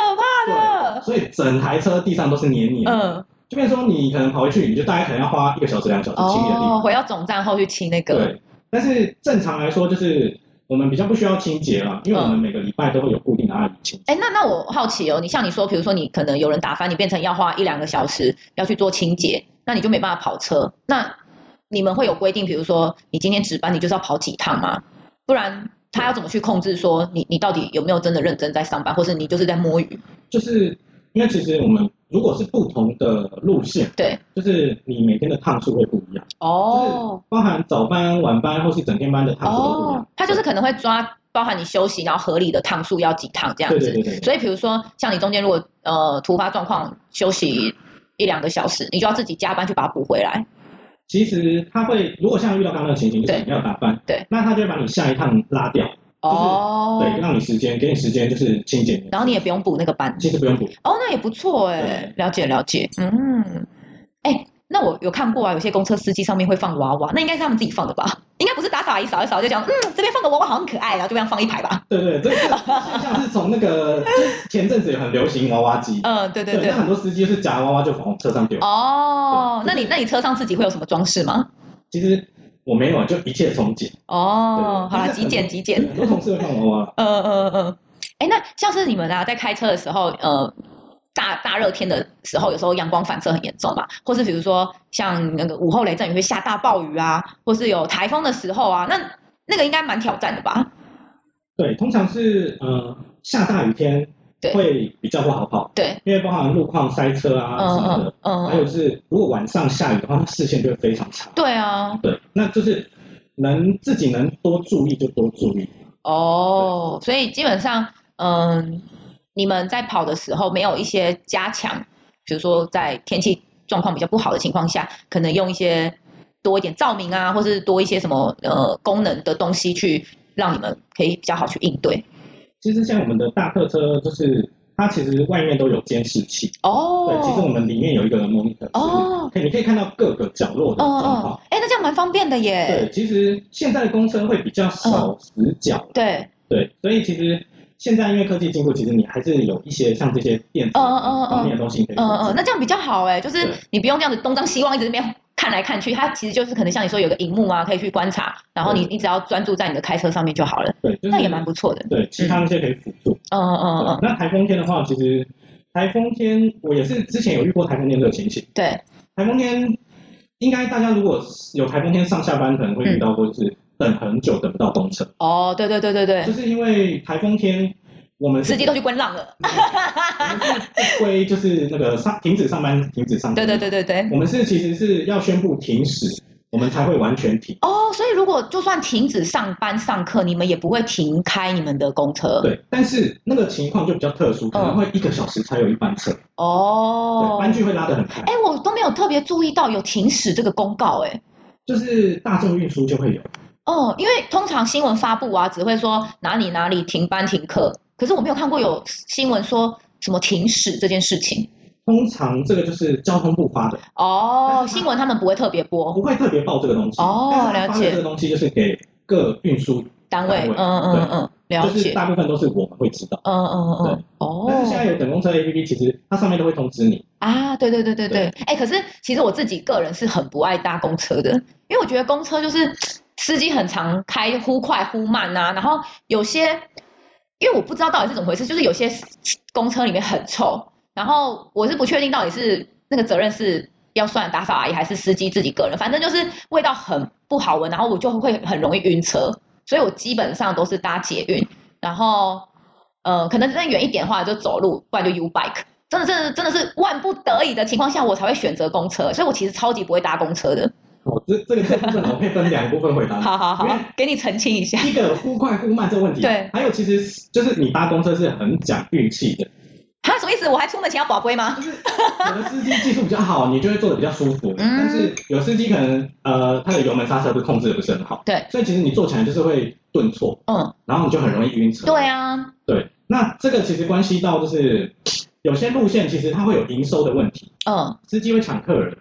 Speaker 1: 怕的。
Speaker 2: 所以整台车地上都是黏黏的。
Speaker 1: 嗯，
Speaker 2: 就变成说你可能跑回去，你就大概可能要花一个小时、两个小时清理的地方。
Speaker 1: 哦，回到总站后去清那个，
Speaker 2: 对，但是正常来说，就是我们比较不需要清洁了，因为我们每个礼拜都会有固定的阿姨清洁。
Speaker 1: 哎，那那我好奇哦，你像你说，比如说你可能有人打翻，你变成要花一两个小时要去做清洁，那你就没办法跑车。那你们会有规定，比如说你今天值班，你就是要跑几趟吗？不然他要怎么去控制说你你到底有没有真的认真在上班，或是你就是在摸鱼？
Speaker 2: 就是因为其实我们如果是不同的路线，
Speaker 1: 对，
Speaker 2: 就是你每天的趟数会不一样，
Speaker 1: 哦
Speaker 2: 包含早班、晚班或是整天班的趟数都不一
Speaker 1: 哦
Speaker 2: 样。，
Speaker 1: 他就是可能会抓包含你休息，然后合理的趟数要几趟这样
Speaker 2: 对
Speaker 1: 子
Speaker 2: 对。对对对，
Speaker 1: 所以比如说像你中间如果呃突发状况休息一两个小时，你就要自己加班去把它补回来。
Speaker 2: 其实他会，如果像遇到刚刚的情形，就是
Speaker 1: 对
Speaker 2: 饮料打翻，
Speaker 1: 对，
Speaker 2: 那他就会把你下一趟拉掉，
Speaker 1: 哦，
Speaker 2: 对，让你时间，给你时间就是清洁。
Speaker 1: 然后你也不用补那个班。
Speaker 2: 其实不用补，
Speaker 1: 哦，那也不错哎、
Speaker 2: 对
Speaker 1: 了解了解，嗯，哎、那我有看过啊，有些公车司机上面会放娃娃，那应该是他们自己放的吧？应该不是打扫一扫一扫就讲，嗯，这边放个娃娃好像很可爱，然后就这样放一排吧。
Speaker 2: 对对，这个现象是从那个，就是前阵子也很流行娃娃机，
Speaker 1: 嗯，对对对
Speaker 2: 那。很多司机就是夹娃娃就往车上丢。
Speaker 1: 哦，
Speaker 2: 对
Speaker 1: 那你那你车上自己会有什么装饰吗？
Speaker 2: 其实我没有，就一切从简。
Speaker 1: 哦，好
Speaker 2: 对
Speaker 1: 啦，
Speaker 2: [LAUGHS] 但是
Speaker 1: 极
Speaker 2: 很
Speaker 1: 简极简。
Speaker 2: 很多同事会放娃娃，
Speaker 1: 嗯嗯嗯，哎，那像是你们啊，在开车的时候，呃，大大热天的时候，有时候阳光反射很严重嘛，或是比如说像那个午后雷阵雨会下大暴雨啊，或是有台风的时候啊，那那个应该蛮挑战的吧？
Speaker 2: 对，通常是呃下大雨天
Speaker 1: 对
Speaker 2: 会比较不好跑，
Speaker 1: 对，
Speaker 2: 因为包含路况塞车啊
Speaker 1: 嗯
Speaker 2: 什么
Speaker 1: 嗯
Speaker 2: 的，
Speaker 1: 嗯
Speaker 2: 还有
Speaker 1: 嗯，
Speaker 2: 是如果晚上下雨的话，那视线就会非常差。
Speaker 1: 对啊，
Speaker 2: 对，那就是能自己能多注意就多注意，
Speaker 1: 哦，所以基本上，嗯，你们在跑的时候没有一些加强，比如说在天气状况比较不好的情况下，可能用一些多一点照明啊，或是多一些什么呃功能的东西去让你们可以比较好去应对。
Speaker 2: 其实像我们的大客车，就是它其实外面都有监视器，对，其实我
Speaker 1: 哦，
Speaker 2: 们里面有一个 monitor，
Speaker 1: 哦
Speaker 2: 就是可以你可以看到各个角落的
Speaker 1: 哦
Speaker 2: 状
Speaker 1: 哦
Speaker 2: 况。，
Speaker 1: 哎，那这样蛮方便的耶。
Speaker 2: 对，其实现在的公车会比较少死角，
Speaker 1: 对，
Speaker 2: 对，所以其实现在因为科技进步，其实你还是有一些像这些电子
Speaker 1: 嗯嗯嗯嗯
Speaker 2: 方面的东西可
Speaker 1: 嗯
Speaker 2: 以控
Speaker 1: 嗯，
Speaker 2: 制。
Speaker 1: 那这样比较好哎，就是
Speaker 2: 对
Speaker 1: 你不用这样子东张西望，一直在那边看来看去，它其实就是可能像你说有个荧幕啊，可以去观察，然后你你只要专注在你的开车上面就好了，
Speaker 2: 对，就是
Speaker 1: 那也蛮不错的。
Speaker 2: 对，其他那些可以辅助。
Speaker 1: 嗯嗯
Speaker 2: 对
Speaker 1: 嗯，
Speaker 2: 那台风天的话，其实台风天我也是之前有遇过台风天这个情形。
Speaker 1: 嗯对，
Speaker 2: 台风天应该大家如果有台风天上下班，可能会遇
Speaker 1: 嗯
Speaker 2: 到过，就是等很久等不到公车，
Speaker 1: 哦，对对对对
Speaker 2: 就
Speaker 1: 对，
Speaker 2: 是因为台风天我们
Speaker 1: 司机都
Speaker 2: 去
Speaker 1: 去观浪了，
Speaker 2: 规就是那个上停止上班，停止上班。
Speaker 1: 对对，对对对。
Speaker 2: 我们是其实是要宣布停驶，我们才会完全停。
Speaker 1: 哦，所以如果就算停止上班上课，你们也不会停开你们的公车。，
Speaker 2: 对，但是那个情况就比较特殊，可能会一个小时才有一班车，
Speaker 1: 哦
Speaker 2: 对，，班距会拉得很开，
Speaker 1: 哎，我都没有特别注意到有停驶这个公告，哎，
Speaker 2: 就是大众运输就会有。
Speaker 1: 哦，因为通常新闻发布啊，只会说哪里哪里停班停课，可是我没有看过有新闻说什么停驶这件事情。
Speaker 2: 通常这个就是交通部发的，
Speaker 1: 哦，新闻他们不会特别播
Speaker 2: 不会特别报这个东西。
Speaker 1: 哦
Speaker 2: 但是他
Speaker 1: 了
Speaker 2: 发的
Speaker 1: 解
Speaker 2: 这个东西就是给各运输，
Speaker 1: 单位，
Speaker 2: 单
Speaker 1: 嗯
Speaker 2: 位
Speaker 1: 嗯嗯，了
Speaker 2: 就是
Speaker 1: 解，
Speaker 2: 大部分都是我们会知道。
Speaker 1: 嗯嗯嗯，
Speaker 2: 但是现在
Speaker 1: 哦，
Speaker 2: 有等公车 APP，其实它上面都会通知你。
Speaker 1: 啊，对对对对对
Speaker 2: 对，
Speaker 1: 哎，可是其实我自己个人是很不爱搭公车的，因为我觉得公车就是司机很常开忽快忽慢呐、然后有些因为我不知道到底是怎么回事，就是有些公车里面很臭，然后我是不确定到底是那个责任是要算打扫阿姨还是司机自己个人，反正就是味道很不好闻，然后我就会很容易晕车，所以我基本上都是搭捷运，然后呃，可能再远一点的话就走路，不然就 U bike。真的，真的，真的是万不得已的情况下，我才会选择公车，所以我其实超级不会搭公车的。
Speaker 2: 哦，这这个这部分我可以分两部分回答你。
Speaker 1: 好好好
Speaker 2: 因为，
Speaker 1: 给你澄清一下。 [LAUGHS]
Speaker 2: [LAUGHS] 一个忽快忽慢这个问题，
Speaker 1: 对
Speaker 2: 还有其实就是你搭公车是很讲运气
Speaker 1: [LAUGHS]
Speaker 2: 的，
Speaker 1: 他什么意思？我还出门前要保规吗？
Speaker 2: 有的司机技术比较好，你就会坐的比较舒服，
Speaker 1: 嗯
Speaker 2: 但是有司机可能呃他的油门刹车会控制的不是很好，
Speaker 1: 对，
Speaker 2: 所以其实你坐起来就是会顿挫，
Speaker 1: 嗯，
Speaker 2: 然后你就很容易晕车。
Speaker 1: 对啊，
Speaker 2: 对，那这个其实关系到就是有些路线其实它会有营收的问题，
Speaker 1: 嗯
Speaker 2: 司机会抢客人，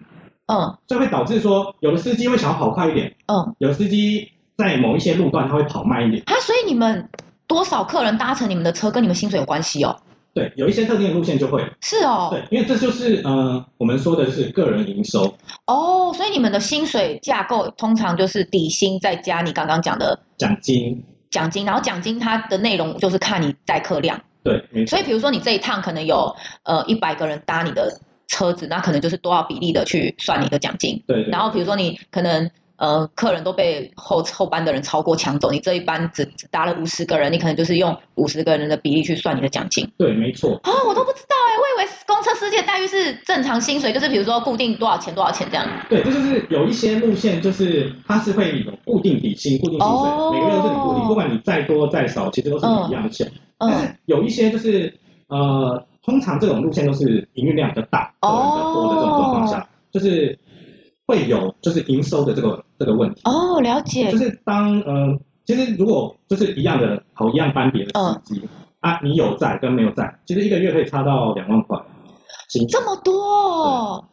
Speaker 1: 嗯
Speaker 2: 所以会导致说有的司机会想要跑快一点，
Speaker 1: 嗯。
Speaker 2: 有的司机在某一些路段他会跑慢一点。
Speaker 1: 啊，所以你们多少客人搭乘你们的车，跟你们薪水有关系哦？
Speaker 2: 对，有一些特定的路线就会
Speaker 1: 是哦，
Speaker 2: 对，因为这就是呃我们说的是个人营收
Speaker 1: 哦，所以你们的薪水架构通常就是底薪再加你刚刚讲的
Speaker 2: 奖金。
Speaker 1: 奖金，然后奖金它的内容就是看你载客量。
Speaker 2: 对，没错
Speaker 1: 所以，比如说你这一趟可能有呃一百个人搭你的车子，那可能就是多少比例的去算你的奖金。
Speaker 2: 对对。
Speaker 1: 然后比如说你可能呃客人都被后后班的人超过抢走，你这一班只只搭了五十个人，你可能就是用五十个人的比例去算你的奖金。
Speaker 2: 对，没错。
Speaker 1: 啊、我都不知道哎、我以为公车司机的待遇是正常薪水，就是比如说固定多少钱多少钱这样。
Speaker 2: 对，这就是有一些路线，就是它是会有固定底薪、固定薪水，
Speaker 1: 哦
Speaker 2: 每个月都是你固定，不管你再多再少，其实都是一样的钱。但
Speaker 1: 嗯，
Speaker 2: 是有一些就是呃，通常这种路线都是营运量比较大、
Speaker 1: 哦
Speaker 2: 客人比较多的这种状况下，就是会有就是营收的这个这个问题。
Speaker 1: [CLEARS THROAT] 哦，了解
Speaker 2: 就。是当呃，其实如果就是一样的好一样班别的
Speaker 1: 嗯
Speaker 2: 司机、啊，你有在跟没有在，其实一个月可以差到两万块薪水
Speaker 1: 这，么多、哦，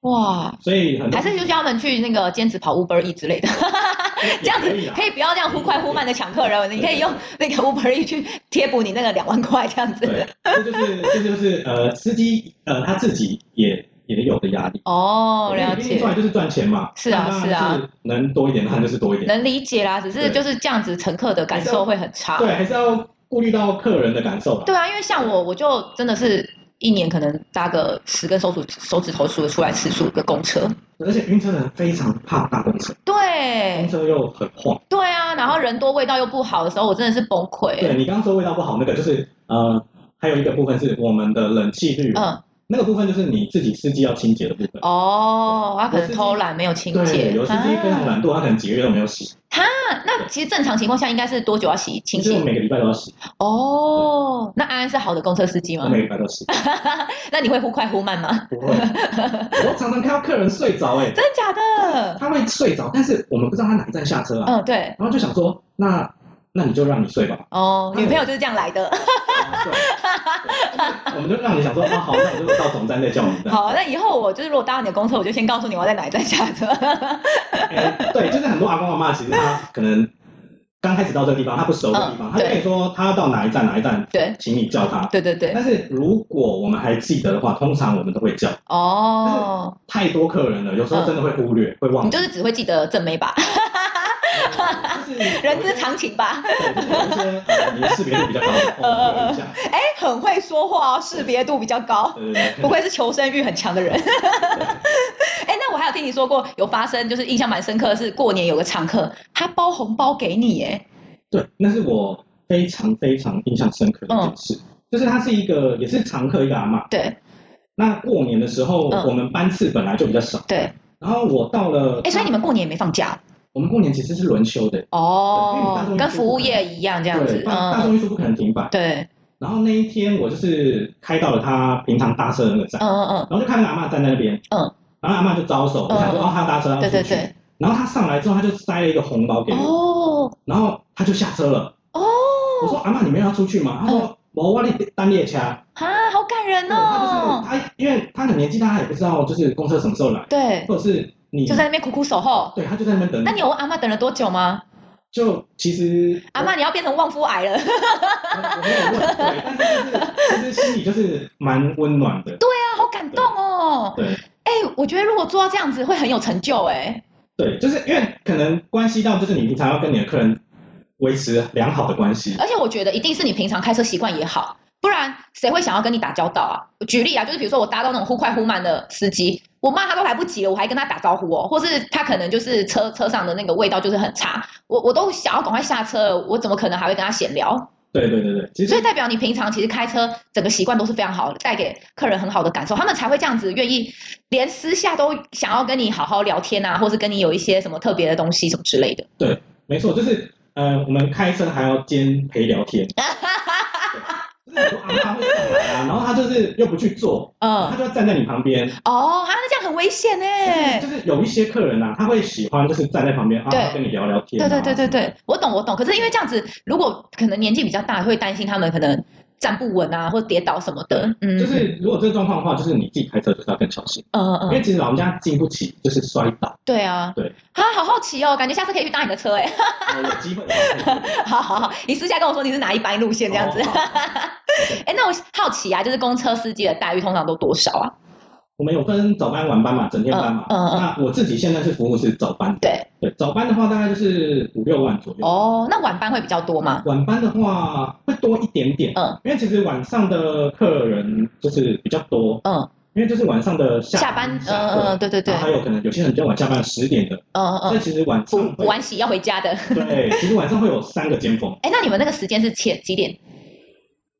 Speaker 1: 哇！
Speaker 2: 所以很多
Speaker 1: 还是就叫他们去那个兼职跑 Uber E 之类的， [LAUGHS] 这样子
Speaker 2: 也可以啊啦
Speaker 1: 可以不要这样忽快忽慢的抢客人，你可以用那个 Uber E 去贴补你那个两万块这样
Speaker 2: 对
Speaker 1: 子。，
Speaker 2: 这就是这就是呃，司机呃他自己也也有的压力。
Speaker 1: 哦，了
Speaker 2: 因为你
Speaker 1: 解
Speaker 2: 出。来就是赚钱嘛，
Speaker 1: 是啊
Speaker 2: 那当然
Speaker 1: 是啊，
Speaker 2: 能多一点那就是多一点，
Speaker 1: 能理解啦，只是
Speaker 2: 对
Speaker 1: 就是这样子，乘客的感受会很差。
Speaker 2: 对，还是要顾虑到客人的感受啦。
Speaker 1: 对啊，因为像我，我就真的是一年可能搭个十根手指手指头数得出来次数的公车。
Speaker 2: 而且晕车的人非常怕大动车，晕
Speaker 1: 对
Speaker 2: 车又很晃。
Speaker 1: 对啊，然后人多味道又不好的时候，我真的是崩溃。
Speaker 2: 对你刚刚说味道不好那个，就是呃，还有一个部分是我们的冷气率，
Speaker 1: 嗯，
Speaker 2: 那个部分就是你自己司机要清洁的部分。
Speaker 1: 哦，他可能偷懒没有清洁
Speaker 2: 对，，有司机非常
Speaker 1: 啊
Speaker 2: 懒惰，他可能几个月都没有洗，
Speaker 1: 那那其实正常情况下应该是多久要洗清
Speaker 2: 其实我
Speaker 1: 洗？
Speaker 2: 每个礼拜都要洗，
Speaker 1: 哦，那安安是好的公车司机
Speaker 2: 我
Speaker 1: 吗
Speaker 2: 每？个礼拜都洗，
Speaker 1: [LAUGHS] 那你会忽快忽慢吗？
Speaker 2: 不会。我常常看到客人睡着，哎，
Speaker 1: [LAUGHS] 真的假的？
Speaker 2: 他会睡着，但是我们不知道他哪一站下车啊，
Speaker 1: 嗯，对，
Speaker 2: 然后就想说，那那你就让你睡
Speaker 1: [LAUGHS]
Speaker 2: 吧，
Speaker 1: 哦，
Speaker 2: 嗯
Speaker 1: 女朋友就是这样来的。
Speaker 2: 啊对对我们就让你想说，啊好，那我就到总站再叫你这样。
Speaker 1: 好，那以后我就是如果搭你的公车，我就先告诉你我在哪一站下 [LAUGHS] 车。
Speaker 2: 哎对，就是很多阿公阿妈，其实他可能刚开始到这个地方，他不熟的地方，
Speaker 1: 嗯
Speaker 2: 他就跟你说他要到哪一站哪一站，
Speaker 1: 对，
Speaker 2: 请你叫他。
Speaker 1: 对对对，
Speaker 2: 但是如果我们还记得的话，通常我们都会叫。
Speaker 1: 哦，
Speaker 2: 太多客人了，有
Speaker 1: 嗯
Speaker 2: 时候真的会忽略，会忘
Speaker 1: 你
Speaker 2: 记。
Speaker 1: 就是只会记得正妹吧，
Speaker 2: 就是有一
Speaker 1: [LAUGHS]
Speaker 2: 些
Speaker 1: 人之常情吧。
Speaker 2: 对就是有一些呃你的识别度比较高的，我们会一下。
Speaker 1: 哎，很会说话哦，识别度比较高。
Speaker 2: 对对对。
Speaker 1: 嗯不愧是求生欲很强的人。 [LAUGHS] 哎、那我还有听你说过有发生，就是印象蛮深刻的是过年有个常客，他包红包给你，哎，
Speaker 2: 对，那是我非常非常印象深刻的一件事，
Speaker 1: 嗯
Speaker 2: 就是她是一个也是常客一个阿嬷。
Speaker 1: 对
Speaker 2: 那过年的时候，
Speaker 1: 嗯
Speaker 2: 我们班次本来就比较少，
Speaker 1: 对，哎、
Speaker 2: 然后我到了，
Speaker 1: 所以你们过年也没放假
Speaker 2: 我们过年其实是轮休的，对因为大
Speaker 1: 哦
Speaker 2: 众，运输
Speaker 1: 跟服务业一样这样
Speaker 2: 对，
Speaker 1: 子，
Speaker 2: 大大
Speaker 1: 嗯，
Speaker 2: 众运输不可能停摆。
Speaker 1: 对，
Speaker 2: 然后那一天我就是开到了她平常搭车的那个站，
Speaker 1: 嗯嗯
Speaker 2: 然后就看那个阿嬷站在那边，
Speaker 1: 嗯，
Speaker 2: 然后阿嬷就招手，我想说
Speaker 1: 嗯
Speaker 2: 哦，她搭车要
Speaker 1: 嗯，
Speaker 2: 出
Speaker 1: 对
Speaker 2: 去，
Speaker 1: 对对，
Speaker 2: 然后她上来之后，她就塞了一个红包给我，
Speaker 1: 哦
Speaker 2: 然后她就下车了。我
Speaker 1: 哦，嗯
Speaker 2: 说阿嬷，你们要出去吗？她说我我单列车。
Speaker 1: 啊，好感人
Speaker 2: 对，
Speaker 1: 哦，
Speaker 2: 他就是他，因为他的年纪大，他也不知道就是公车什么时候来，
Speaker 1: 对，
Speaker 2: 或者是你
Speaker 1: 就在那边苦苦守候。
Speaker 2: 对他就在那边等。
Speaker 1: 那你有问阿妈等了多久吗？
Speaker 2: 就其实
Speaker 1: 阿妈，你要变成旺夫癌了。 [LAUGHS]
Speaker 2: 我我没有问，对，但是就是其实心里就是蛮温暖的，
Speaker 1: 对啊，好感动哦。
Speaker 2: 对
Speaker 1: 哎、我觉得如果做到这样子会很有成就哎、
Speaker 2: 对，就是因为可能关系到就是你平常要跟你的客人维持良好的关系，
Speaker 1: 而且我觉得一定是你平常开车习惯也好，不然谁会想要跟你打交道啊？我举例啊，就是比如说我搭到那种忽快忽慢的司机，我骂他都来不及了，我还跟他打招呼哦，或是他可能就是车车上的那个味道就是很差，我我都想要赶快下车了，我怎么可能还会跟他闲聊？
Speaker 2: 对对对对，其
Speaker 1: 所以
Speaker 2: 实
Speaker 1: 代表你平常其实开车整个习惯都是非常好的，带给客人很好的感受，他们才会这样子愿意，连私下都想要跟你好好聊天啊，或是跟你有一些什么特别的东西什么之类的。
Speaker 2: 没错，就是呃，我们开车还要兼陪聊
Speaker 1: [LAUGHS]
Speaker 2: 天。对就是很多阿妈会上来啊，然后他就是又不去做，他
Speaker 1: 嗯，
Speaker 2: 就站在你旁边，
Speaker 1: 哦，哈，那这样很危险欸呢、
Speaker 2: 就是有一些客人啊，他会喜欢就是站在旁边
Speaker 1: 对
Speaker 2: 啊，跟你聊聊天、
Speaker 1: 对
Speaker 2: 啊。
Speaker 1: 对对对对，我懂我懂。可是因为这样子，如果可能年纪比较大，会担心他们可能站不稳啊，或跌倒什么的。嗯，
Speaker 2: 就是如果这个状况的话，就是你自己开车就是要更小心，
Speaker 1: 嗯
Speaker 2: 因
Speaker 1: 嗯
Speaker 2: 为
Speaker 1: 嗯，
Speaker 2: 其实老人家经不起就是摔
Speaker 1: [LAUGHS]
Speaker 2: 倒，
Speaker 1: 对啊，
Speaker 2: 对，
Speaker 1: 啊，好好奇哦，感觉下次可以去搭你的车哎、
Speaker 2: 呃有机会的话可以
Speaker 1: [LAUGHS] 好好好，你私下跟我说你是哪一班路线这样子。
Speaker 2: 哦好
Speaker 1: [LAUGHS] 哎、那我好奇啊，就是公车司机的待遇通常都多少啊？
Speaker 2: 我们有分早班晚班嘛，整天班嘛。
Speaker 1: 嗯嗯嗯
Speaker 2: 那我自己现在是服务是早班，
Speaker 1: 对，
Speaker 2: 对早班的话大概就是五六万左右，
Speaker 1: 哦，那晚班会比较多吗？
Speaker 2: 晚班的话会多一点点。
Speaker 1: 嗯
Speaker 2: 因为其实晚上的客人就是比较多，
Speaker 1: 嗯，
Speaker 2: 因为就是晚上的下
Speaker 1: 下班，嗯
Speaker 2: 下
Speaker 1: 嗯
Speaker 2: 课
Speaker 1: 嗯，对对对
Speaker 2: 然，后还有可能有些人比较晚下班，十点的，
Speaker 1: 嗯嗯
Speaker 2: 所以
Speaker 1: 嗯，
Speaker 2: 其实晚上
Speaker 1: 补
Speaker 2: 会
Speaker 1: 补完习要回家的。
Speaker 2: [LAUGHS] 对，其实晚上会有三个尖峰。
Speaker 1: [LAUGHS] 哎、那你们那个时间是切几点？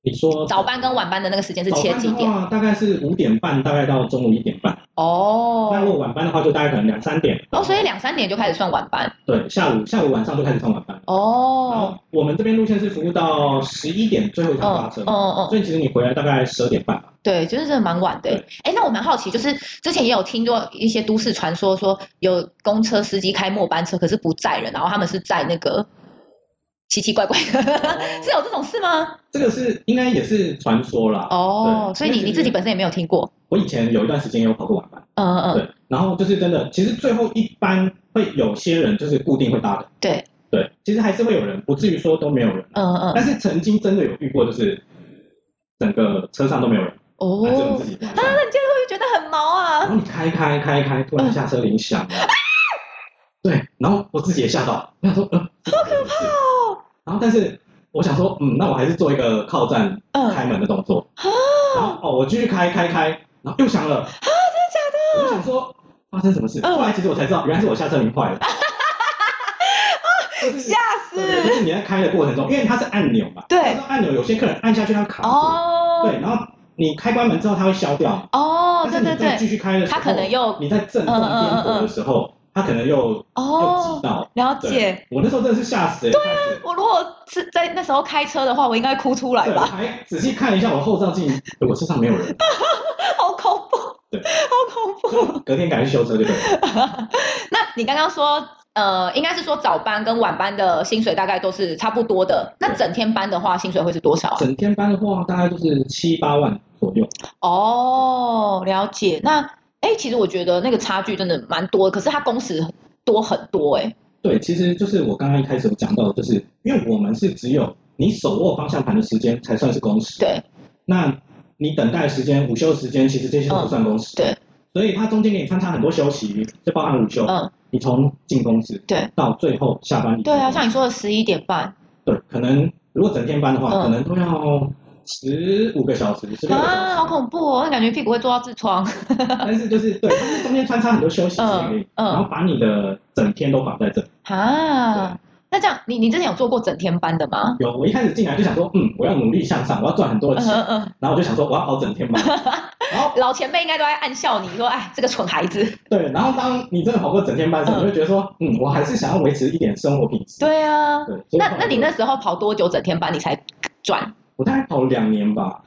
Speaker 2: 你说
Speaker 1: 早班跟晚班的那个时间是
Speaker 2: 早
Speaker 1: 切
Speaker 2: 班
Speaker 1: 几
Speaker 2: 的
Speaker 1: 点？
Speaker 2: 话，大概是五点半，大概到中午一点半。
Speaker 1: 哦，
Speaker 2: 那如果晚班的话，就大概可能两三点。
Speaker 1: 哦，所以两三点就开始算晚班
Speaker 2: 对，下午下午晚上就开始上晚班。然后
Speaker 1: 哦。
Speaker 2: 我们这边路线是服务到十一点最后一趟发
Speaker 1: 嗯
Speaker 2: 车
Speaker 1: 嗯，嗯，
Speaker 2: 所以其实你回来大概十二点半吧。
Speaker 1: 对，就是真的蛮晚的欸
Speaker 2: 对。
Speaker 1: 哎，那我蛮好奇，就是之前也有听过一些都市传说，说有公车司机开末班车，可是不载人，然后他们是载那个奇奇怪怪的，
Speaker 2: 哦
Speaker 1: [LAUGHS] 是有这种事吗？
Speaker 2: 这个是应该也是传说啦。
Speaker 1: 哦，
Speaker 2: 对
Speaker 1: 所以你
Speaker 2: 因为
Speaker 1: 你
Speaker 2: 其实
Speaker 1: 自己本身也没有听过，
Speaker 2: 我以前有一段时间也有跑过晚班，
Speaker 1: 嗯嗯嗯，
Speaker 2: 对。然后就是真的，其实最后一班会有些人就是固定会搭的，
Speaker 1: 对，
Speaker 2: 对。其实还是会有人，不至于说都没有人。啊
Speaker 1: 嗯嗯嗯，
Speaker 2: 但是曾经真的有遇过，就是整个车上都没有人，
Speaker 1: 哦，
Speaker 2: 还是我们
Speaker 1: 啊，
Speaker 2: 自己晚
Speaker 1: 那
Speaker 2: 上。
Speaker 1: 你这样会不会觉得很毛
Speaker 2: 然
Speaker 1: 啊？
Speaker 2: 后你开开开开，突
Speaker 1: 嗯
Speaker 2: 然下车铃响了，对，然后我自己也吓到，我想说，呃，好可怕
Speaker 1: 哦！
Speaker 2: 然后但是我想说，嗯，那我还是做一个靠站
Speaker 1: 嗯，
Speaker 2: 开门的动作，然后哦，我继续开开开，然后又响了，啊，真的假的？我就想说发生什么事，
Speaker 1: 嗯啊
Speaker 2: 后来其实我才知道，原来是我下车铃坏了。就
Speaker 1: [LAUGHS]
Speaker 2: 是
Speaker 1: 吓
Speaker 2: 对，就
Speaker 1: 死！
Speaker 2: 是你在开的过程中，因为它是按钮嘛，
Speaker 1: 对
Speaker 2: 它是按钮有些客人按下去他卡住，对，然后你开关门之后它会消掉，
Speaker 1: 哦，对
Speaker 2: 但是
Speaker 1: 对
Speaker 2: 你再继
Speaker 1: 对，
Speaker 2: 续开的时
Speaker 1: 它
Speaker 2: 候，
Speaker 1: 可能又
Speaker 2: 你在震动颠簸的时
Speaker 1: 嗯
Speaker 2: 候，它可能又又
Speaker 1: 哦
Speaker 2: 挤，到。
Speaker 1: 了
Speaker 2: 对
Speaker 1: 解。啊
Speaker 2: 我那时候真的是吓死欸了。对
Speaker 1: 我如果是在那时候开车的话，我应该哭出来
Speaker 2: 对，我
Speaker 1: 吧，
Speaker 2: 还仔细看了一下我后照镜， [LAUGHS] 对我车上没有人，
Speaker 1: 好恐怖，
Speaker 2: 对
Speaker 1: 好恐怖。 [LAUGHS]
Speaker 2: 隔天赶去修车就对了。
Speaker 1: 那你刚刚说，呃，应该是说早班跟晚班的薪水大概都是差不多的。那
Speaker 2: 对
Speaker 1: 整天班的话，薪水会是多少啊？
Speaker 2: 整天班的话，大概就是七八万左右。
Speaker 1: 哦，了解。那哎、诶其实我觉得那个差距真的蛮多的，可是它工时多很多哎、诶
Speaker 2: 对，其实就是我刚刚一开始有讲到的，就是因为我们是只有你手握方向盘的时间才算是工时，
Speaker 1: 对，
Speaker 2: 那你等待的时间、午休的时间，其实这些都不算工时。
Speaker 1: 哦对，
Speaker 2: 所以它中间给你穿插很多休息，就包含午休。
Speaker 1: 嗯，
Speaker 2: 你从进公司
Speaker 1: 对
Speaker 2: 到最后下班离开
Speaker 1: 对
Speaker 2: 公司，
Speaker 1: 啊，像你说的十一点半
Speaker 2: 对，可能如果整天班的话，
Speaker 1: 嗯
Speaker 2: 可能都要十五个小时、十六个
Speaker 1: 啊，好
Speaker 2: 小时。
Speaker 1: 恐怖哦，那感觉屁股会坐到痔疮。
Speaker 2: 但是就是对，它是中间穿插很多休息时间给你，
Speaker 1: 嗯嗯
Speaker 2: 然后把你的整天都绑在这里。
Speaker 1: 啊，那这样你你之前有做过整天班的吗？
Speaker 2: 有，我一开始进来就想说，嗯，我要努力向上，我要赚很多的
Speaker 1: 嗯
Speaker 2: 钱，
Speaker 1: 嗯嗯，
Speaker 2: 然后我就想说我要熬整天班。
Speaker 1: [LAUGHS]
Speaker 2: 然后
Speaker 1: 老前辈应该都在暗笑你说，哎，这个蠢孩子。
Speaker 2: 对，然后当你真的跑过整天班的时候，
Speaker 1: 嗯
Speaker 2: 你会觉得说，嗯，我还是想要维持一点生活品质。
Speaker 1: 对啊，
Speaker 2: 对，所以
Speaker 1: 那
Speaker 2: 后来
Speaker 1: 那你
Speaker 2: 就
Speaker 1: 那时候跑多久整天班你才转？
Speaker 2: 我大概跑了两年吧，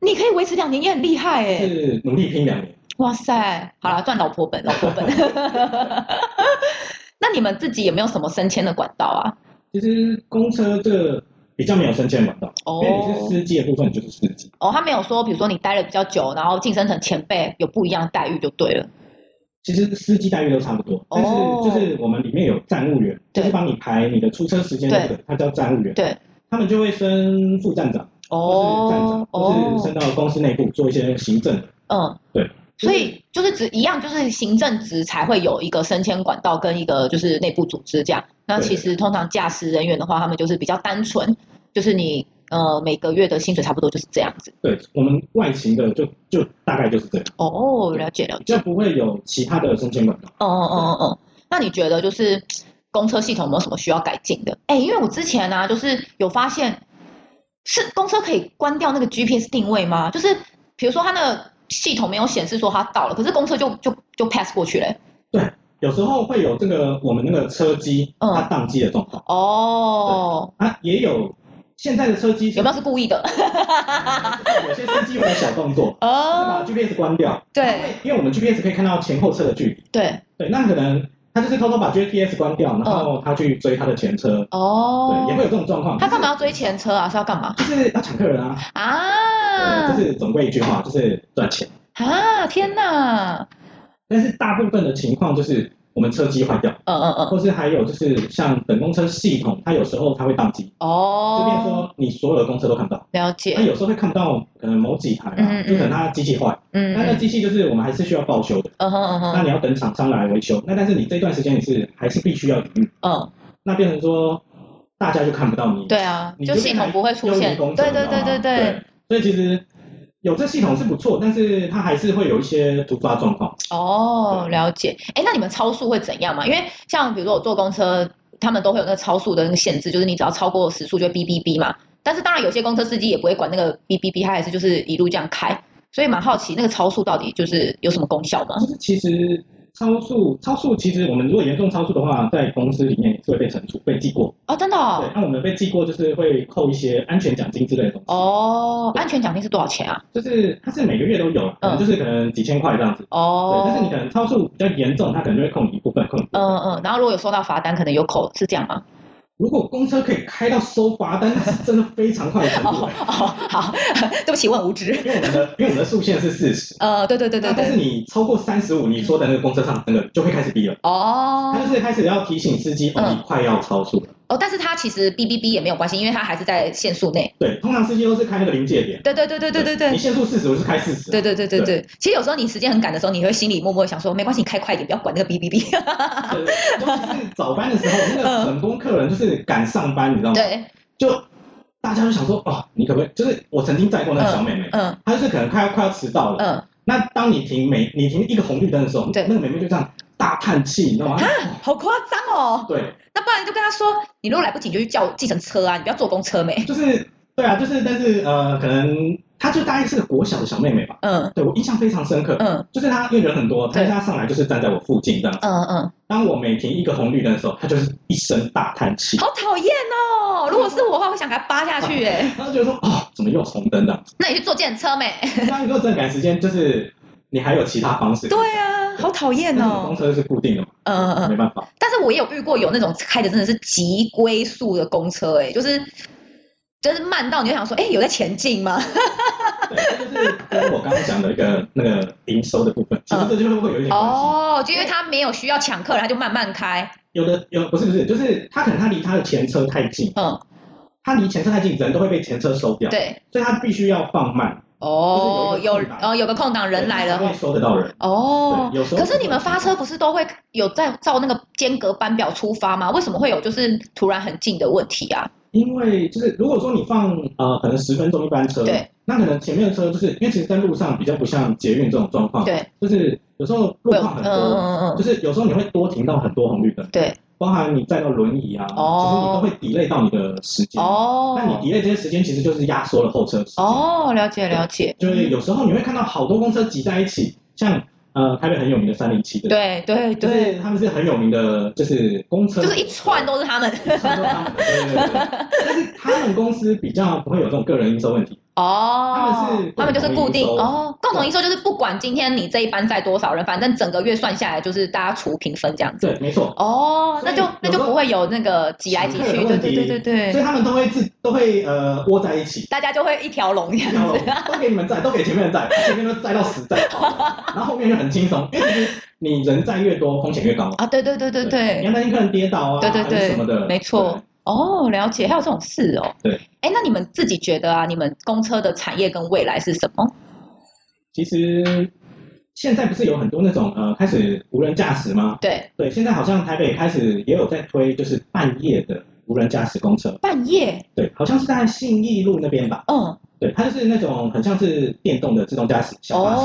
Speaker 1: 你可以维持两年，也很厉害哎、
Speaker 2: 是努力拼两年。
Speaker 1: 哇塞，好 [LAUGHS] 啦，赚老婆本，老婆本。 [LAUGHS] 那你们自己有没有什么升迁的管道啊？
Speaker 2: 其实公车这个比较没有升迁管道，因
Speaker 1: 哦
Speaker 2: 为你是司机的部分，你就是司机。
Speaker 1: 哦，他没有说，比如说你待了比较久，然后晋升成前辈，有不一样的待遇就对了。
Speaker 2: 其实司机待遇都差不多，但是
Speaker 1: 哦
Speaker 2: 就是我们里面有站务员，
Speaker 1: 对
Speaker 2: 就是帮你排你的出车时间那个，他叫站务员。
Speaker 1: 对，
Speaker 2: 他们就会升副站长，或是站
Speaker 1: 哦
Speaker 2: 长，或是升
Speaker 1: 哦，
Speaker 2: 到公司内部做一些行政的。
Speaker 1: 嗯，
Speaker 2: 对。
Speaker 1: 所以就是只一样，就是行政职才会有一个升迁管道跟一个就是内部组织这样。那
Speaker 2: 对
Speaker 1: 其实通常驾驶人员的话，他们就是比较单纯，就是你呃每个月的薪水差不多就是这样子。
Speaker 2: 对我们外勤的就就大概就是这样，
Speaker 1: 哦，了解了解。
Speaker 2: 就不会有其他的升迁管道。
Speaker 1: 哦哦哦哦，哦，那你觉得就是公车系统有没有什么需要改进的？哎，因为我之前呢、就是有发现，是公车可以关掉那个 GPS 定位吗？就是比如说它那个系统没有显示说它到了，可是公车就就就 pass 过去欸嘞、
Speaker 2: 有时候会有这个我们那个车机
Speaker 1: 嗯
Speaker 2: 它宕机的状况，
Speaker 1: 哦，
Speaker 2: 啊，也有现在的车机
Speaker 1: 有没有是故意的？
Speaker 2: 有些司机会有小动作，就是把
Speaker 1: [LAUGHS] 哦，
Speaker 2: GPS 关掉，
Speaker 1: 对
Speaker 2: 因为我们 GPS 可以看到前后车的距离。
Speaker 1: 对，
Speaker 2: 对，那可能他就是偷偷把 GPS 关掉，然后他去追他的前车，对，也
Speaker 1: 嗯哦，
Speaker 2: 会有这种状况。
Speaker 1: 他干嘛要追前车啊？是要干嘛
Speaker 2: 就是？就是要抢客人啊，
Speaker 1: 啊
Speaker 2: 对，就是总归一句话，就是赚钱。
Speaker 1: 啊？天哪！
Speaker 2: 但是大部分的情况就是我们车机坏掉，
Speaker 1: 嗯嗯嗯，
Speaker 2: 或是还有就是像等公车系统，它有时候它会宕机，就变
Speaker 1: 哦，
Speaker 2: 成说你哎所有的公车都看不到，
Speaker 1: 了
Speaker 2: 那
Speaker 1: 解，
Speaker 2: 有时候会看到可能某几台
Speaker 1: 嗯
Speaker 2: 啊，
Speaker 1: 嗯
Speaker 2: 就可能它机器坏，
Speaker 1: 嗯
Speaker 2: 但那
Speaker 1: 嗯
Speaker 2: 机器就是我们还是需要报修的，
Speaker 1: 嗯哼嗯
Speaker 2: 那
Speaker 1: 哼
Speaker 2: 你要等厂商来维修，那但是你这段时间你是还是必须要营运，
Speaker 1: 嗯。
Speaker 2: 那变成说大家就看不到你，
Speaker 1: 对啊，
Speaker 2: 你
Speaker 1: 就系统不会出现。
Speaker 2: 工
Speaker 1: 对对对对对，
Speaker 2: 对，所以其实有这系统是不错，但是它还是会有一些突发状况。
Speaker 1: 哦，
Speaker 2: 对
Speaker 1: 了解。哎，那你们超速会怎样嘛？因为像比如说我坐公车，他们都会有那个超速的那个限制，就是你只要超过时速就会哔哔哔嘛。但是当然有些公车司机也不会管那个哔哔哔，他还是就是一路这样开。所以蛮好奇那个超速到底就是有什么功效吗？
Speaker 2: 就是其实超速，超速其实我们如果严重超速的话，在公司里面也是会被惩处、被记过。
Speaker 1: 哦，真的
Speaker 2: 对
Speaker 1: 哦。，
Speaker 2: 那我们被记过就是会扣一些安全奖金之类的东西。
Speaker 1: 哦，安全奖金是多少钱啊？
Speaker 2: 就是它是每个月都有，
Speaker 1: 嗯
Speaker 2: 可能就是可能几千块这样子。对，但是你
Speaker 1: 哦
Speaker 2: 可，能超速比较严重，它可能就会扣你一部分，扣你一部分。
Speaker 1: 嗯嗯，然后如果有收到罚单，可能有扣，是这样吗？
Speaker 2: 如果公车可以开到收罚单，那是真的非常快的程
Speaker 1: 哦
Speaker 2: 度、
Speaker 1: 哦，
Speaker 2: 欸。
Speaker 1: 好， [LAUGHS] 对不起，我很无知。
Speaker 2: 因为我们的因为我们的速限是四十，
Speaker 1: 呃，对对对对
Speaker 2: 啊那但是
Speaker 1: 对。
Speaker 2: 你超过三十五，你说的那个公车上那个就会开始逼了，
Speaker 1: 哦
Speaker 2: 它，就是开始要提醒司机，哦，
Speaker 1: 嗯
Speaker 2: 你快要超速了。
Speaker 1: 哦，但是它其实 B B B 也没有关系，因为它还是在限速内。
Speaker 2: 对，通常司机都是开那个临界点。
Speaker 1: 对对对对对对
Speaker 2: 你
Speaker 1: 对。
Speaker 2: 限速四十，我是开四十。
Speaker 1: 对对对对
Speaker 2: 对
Speaker 1: 对，其实有时候你时间很赶的时候，你会心里默默想说，没关系，你开快一点，不要管
Speaker 2: [LAUGHS]
Speaker 1: 那个哔哔哔。
Speaker 2: 对，尤其是早班的时候，
Speaker 1: 嗯
Speaker 2: 那个很多客人就是赶上班，你知道吗？
Speaker 1: 对，
Speaker 2: 就大家就想说，哦，你可不可以？就是我曾经载过那个小妹妹，
Speaker 1: 嗯
Speaker 2: 她就是可能快要快要迟到了。
Speaker 1: 嗯，
Speaker 2: 那当你停每你停一个红绿灯的时候，
Speaker 1: 对啊
Speaker 2: 那个妹妹就这样大叹气，你知道吗？
Speaker 1: 好夸张哦。
Speaker 2: 对，
Speaker 1: 那不然就跟他说，你如果来不及，你就去叫计程车啊，你不要坐公车没。
Speaker 2: 就是对啊，就是但是呃，可能她就大概是个国小的小妹妹吧，
Speaker 1: [LAUGHS] 嗯
Speaker 2: 对我印象非常深刻。
Speaker 1: 嗯
Speaker 2: 就是她因为人很多，但
Speaker 1: 对
Speaker 2: 是她上来就是站在我附近这样。
Speaker 1: 嗯嗯，
Speaker 2: 当我每停一个红绿灯的时候，她就是一声大叹气，
Speaker 1: 好讨厌哦！如果是我的话，我想给他扒下去
Speaker 2: [LAUGHS]
Speaker 1: 哎。
Speaker 2: 然后觉得说哦，怎么又红
Speaker 1: [LAUGHS]
Speaker 2: 灯的？
Speaker 1: 那你去坐电车没？
Speaker 2: 当你如果真的赶时间，就是你还有其他方式。
Speaker 1: 对啊，好讨厌
Speaker 2: 那种公
Speaker 1: 哦。
Speaker 2: 车是固定的嘛，
Speaker 1: 嗯嗯
Speaker 2: 没
Speaker 1: 嗯，
Speaker 2: 办法。
Speaker 1: 但是我也有遇过有那种开的真的是极龟速的公车哎，就是就是慢到你就想说，哎，有在前进吗？
Speaker 2: 对，这就是跟我刚刚讲的一个那个营收的部分，其实这就是会有一点关系。
Speaker 1: 嗯哦，就因为他没有需要抢客人，他就慢慢开。
Speaker 2: 有的有不是不是，就是他可能他离他的前车太近，
Speaker 1: 嗯，
Speaker 2: 他离前车太近，人都会被前车收掉，
Speaker 1: 对。
Speaker 2: 所以他必须要放慢。
Speaker 1: 哦，
Speaker 2: 就是
Speaker 1: 有
Speaker 2: 有一个空档
Speaker 1: 哦有个空档人来
Speaker 2: 对他才
Speaker 1: 了
Speaker 2: 会收得到人。
Speaker 1: 哦。
Speaker 2: 对，有时候
Speaker 1: 可是你们发车不是都会有在照那个间隔班表出发吗？为什么会有就是突然很近的问题啊？
Speaker 2: 因为就是如果说你放呃可能十分钟一班车，
Speaker 1: 对，
Speaker 2: 那可能前面的车就是因为其实在路上比较不像捷运这种状况，
Speaker 1: 对，
Speaker 2: 就是有时候路
Speaker 1: 会有嗯
Speaker 2: 况啊
Speaker 1: 嗯
Speaker 2: 很多，
Speaker 1: 嗯嗯，
Speaker 2: 就是有时候你会多停到很多红绿灯，
Speaker 1: 对
Speaker 2: 包含你载到轮椅啊，
Speaker 1: 哦
Speaker 2: 其实你都会 delay 到你的时间。
Speaker 1: 哦
Speaker 2: 那你 delay 这些时间，其实就是压缩了候车时间。
Speaker 1: 哦，了解了解，
Speaker 2: 就是有时候你会看到好多公车挤在一起，像呃台北很有名的三零七的，
Speaker 1: 对对
Speaker 2: 就
Speaker 1: 对，
Speaker 2: 是他们是很有名的，就是公车
Speaker 1: 就是一串都是他 [LAUGHS] 们
Speaker 2: 一串都他们的，对对对对。但是他们公司比较不会有这种个人营收问题，
Speaker 1: 哦
Speaker 2: 他们是，
Speaker 1: 他们就是固定
Speaker 2: 共同营收
Speaker 1: 哦，共同营收就是不管今天你这一班载多少人，反正整个月算下来就是大家除平分这样子。
Speaker 2: 对，没错。
Speaker 1: 哦，那就
Speaker 2: 所以
Speaker 1: 那就
Speaker 2: 有时候
Speaker 1: 不会有那个挤来挤去，
Speaker 2: 乘
Speaker 1: 对
Speaker 2: 客的
Speaker 1: 对对对对啊
Speaker 2: 所
Speaker 1: [LAUGHS]
Speaker 2: 以
Speaker 1: 对，
Speaker 2: 他们都会自都会呃窝在
Speaker 1: [LAUGHS]
Speaker 2: 一起，
Speaker 1: 大家就会一条龙这样
Speaker 2: 然后
Speaker 1: 子。
Speaker 2: 都给你们载，都给前面人载，前面都载到死载，
Speaker 1: [LAUGHS]
Speaker 2: 然后后面就很轻松，因为其实你人载越多，风险越高。
Speaker 1: 啊，对对对对
Speaker 2: 你
Speaker 1: 对，
Speaker 2: 要担心客人跌倒啊，
Speaker 1: 对对对
Speaker 2: 还是什么的，
Speaker 1: 没错哦，了解，还有这种事哦。
Speaker 2: 对，
Speaker 1: 哎，那你们自己觉得啊，你们公车的产业跟未来是什么？
Speaker 2: 对。其实现在不是有很多那种呃开始无人驾驶吗？
Speaker 1: 对，
Speaker 2: 对，现在好像台北开始也有在推，就是半夜的无人驾驶公车。
Speaker 1: 半夜，
Speaker 2: 对，好像是在信义路那边吧？
Speaker 1: 嗯，
Speaker 2: 对，它就是那种很像是电动的自动驾驶小巴士。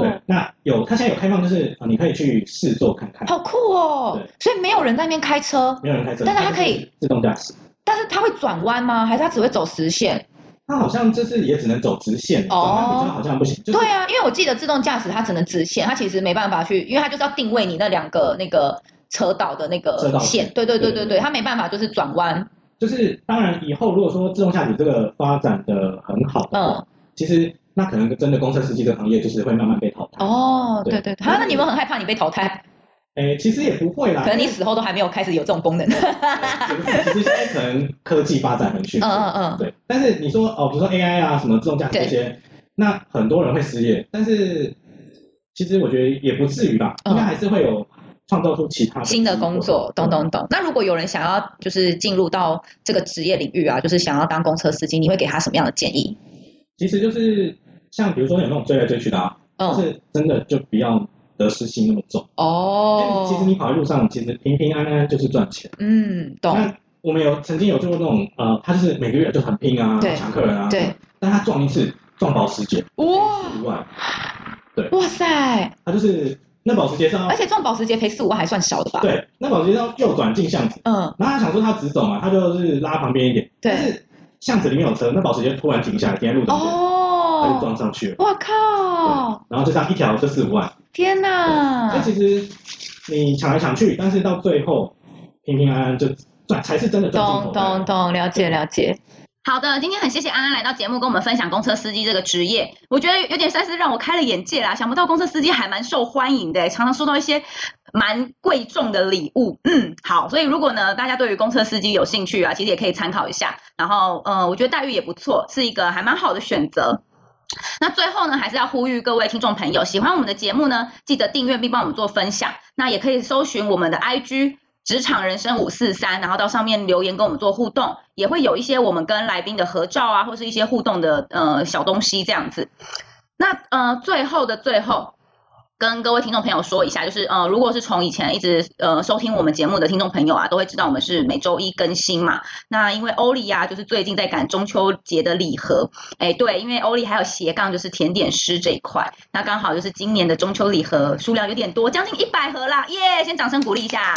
Speaker 2: 对
Speaker 1: 哦，，
Speaker 2: 那有它现在有开放，就是呃你可以去试坐看看，
Speaker 1: 好酷哦
Speaker 2: 对。
Speaker 1: 所以没有人在那边开车，
Speaker 2: 没有人开车，
Speaker 1: 但是它
Speaker 2: 就是
Speaker 1: 可以
Speaker 2: 自动驾驶。
Speaker 1: 但是它会转弯吗？还是它只会走实线？
Speaker 2: 它好像就是也只能走直线，
Speaker 1: 哦
Speaker 2: 转弯比较好像不行。就是
Speaker 1: 对啊，因为我记得自动驾驶它只能直线，它其实没办法去，因为它就是要定位你那两个那个车道的那
Speaker 2: 车
Speaker 1: 个
Speaker 2: 道
Speaker 1: 线。对对对对对，它没办法就是转弯。
Speaker 2: 就是当然以后如果说自动驾驶这个发展的很好的话，
Speaker 1: 嗯，
Speaker 2: 其实那可能真的公车司机这个行业就是会慢慢被淘汰。
Speaker 1: 哦，对
Speaker 2: 对
Speaker 1: 对对，啊，那你们很害怕你被淘汰？
Speaker 2: 哎、其实也不
Speaker 1: [LAUGHS]
Speaker 2: 会啦，
Speaker 1: 可能你死后都还没有开始有这种
Speaker 2: [LAUGHS]
Speaker 1: 功能。
Speaker 2: 也不是其实现在可能科技发展很迅
Speaker 1: 嗯
Speaker 2: 速，
Speaker 1: 嗯嗯，
Speaker 2: 对。但是你说哦，比如说 AI 啊，什么自动驾驶这些，那很多人会失业，但是其实我觉得也不至于吧，
Speaker 1: 嗯
Speaker 2: 应该还是会有创造出其他
Speaker 1: 新的工
Speaker 2: [LAUGHS]
Speaker 1: 作，
Speaker 2: 等
Speaker 1: 懂
Speaker 2: 等。
Speaker 1: 懂懂。那如果有人想要就是进入到这个职业领域啊，就是想要当公车司机，你会给他什么样的建议？
Speaker 2: 其实就是像比如说有那种追来追去的啊，就
Speaker 1: 嗯，
Speaker 2: 是真的就不要得失心那么重。
Speaker 1: 哦，
Speaker 2: 其实你跑在路上，其实平平安安就是赚钱。
Speaker 1: 嗯，懂，
Speaker 2: 那我们有曾经有做过那种呃，他就是每个月就很拼啊，
Speaker 1: 对
Speaker 2: 抢客人啊，
Speaker 1: 对。
Speaker 2: 但他撞一次撞保时捷
Speaker 1: 哇
Speaker 2: 五万，
Speaker 1: 哇塞，
Speaker 2: 他就是那保时捷是要
Speaker 1: 而且撞保时捷赔四五万还算少的吧？，
Speaker 2: 对，那保时捷是要右转进巷子，
Speaker 1: 嗯，
Speaker 2: 然后他想说他直走嘛，他就是拉旁边一点，
Speaker 1: 对
Speaker 2: 但是巷子里面有车，那保时捷突然停下来，停在路中间，他就
Speaker 1: 哦，
Speaker 2: 撞上去了。
Speaker 1: 哇靠，
Speaker 2: 然后就这样一条就四五万，
Speaker 1: 天
Speaker 2: 那
Speaker 1: 哪！
Speaker 2: 其实你抢来抢去，但是到最后平平安安就赚，才是真的赚进
Speaker 1: 懂
Speaker 2: 口袋。
Speaker 1: 懂懂，了解了解。
Speaker 3: 好的，今天很谢谢安安来到节目，跟我们分享公车司机这个职业，我觉得有点算是让我开了眼界啦。想不到公车司机还蛮受欢迎的，常常收到一些蛮贵重的礼物。嗯，好，所以如果呢大家对于公车司机有兴趣啊，其实也可以参考一下。然后，呃，我觉得待遇也不错，是一个还蛮好的选择。那最后呢，还是要呼吁各位听众朋友，喜欢我们的节目呢，记得订阅并帮我们做分享。那也可以搜寻我们的 IG 职场人生五四三，然后到上面留言跟我们做互动，也会有一些我们跟来宾的合照啊，或是一些互动的呃小东西这样子。那呃，最后的最后，跟各位听众朋友说一下，就是呃，如果是从以前一直呃收听我们节目的听众朋友啊，都会知道我们是每周一更新嘛。那因为欧丽啊，就是最近在赶中秋节的礼盒，哎，对，因为欧丽还有斜杠就是甜点师这一块，那刚好就是今年的中秋礼盒数量有点多，将近一百盒啦，耶、先掌声鼓励一下。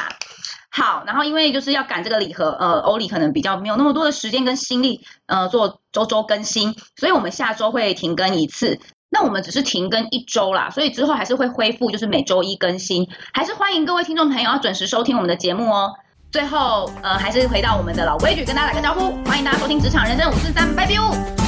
Speaker 3: 好，然后因为就是要赶这个礼盒，呃，欧里可能比较没有那么多的时间跟心力，呃，做周周更新，所以我们下周会停更一次。那我们只是停更一周啦，所以之后还是会恢复，就是每周一更新，还是欢迎各位听众朋友要准时收听我们的节目哦。最后，呃，还是回到我们的老规矩，跟大家打个招呼，欢迎大家收听《职场人生五四三》，拜拜哦。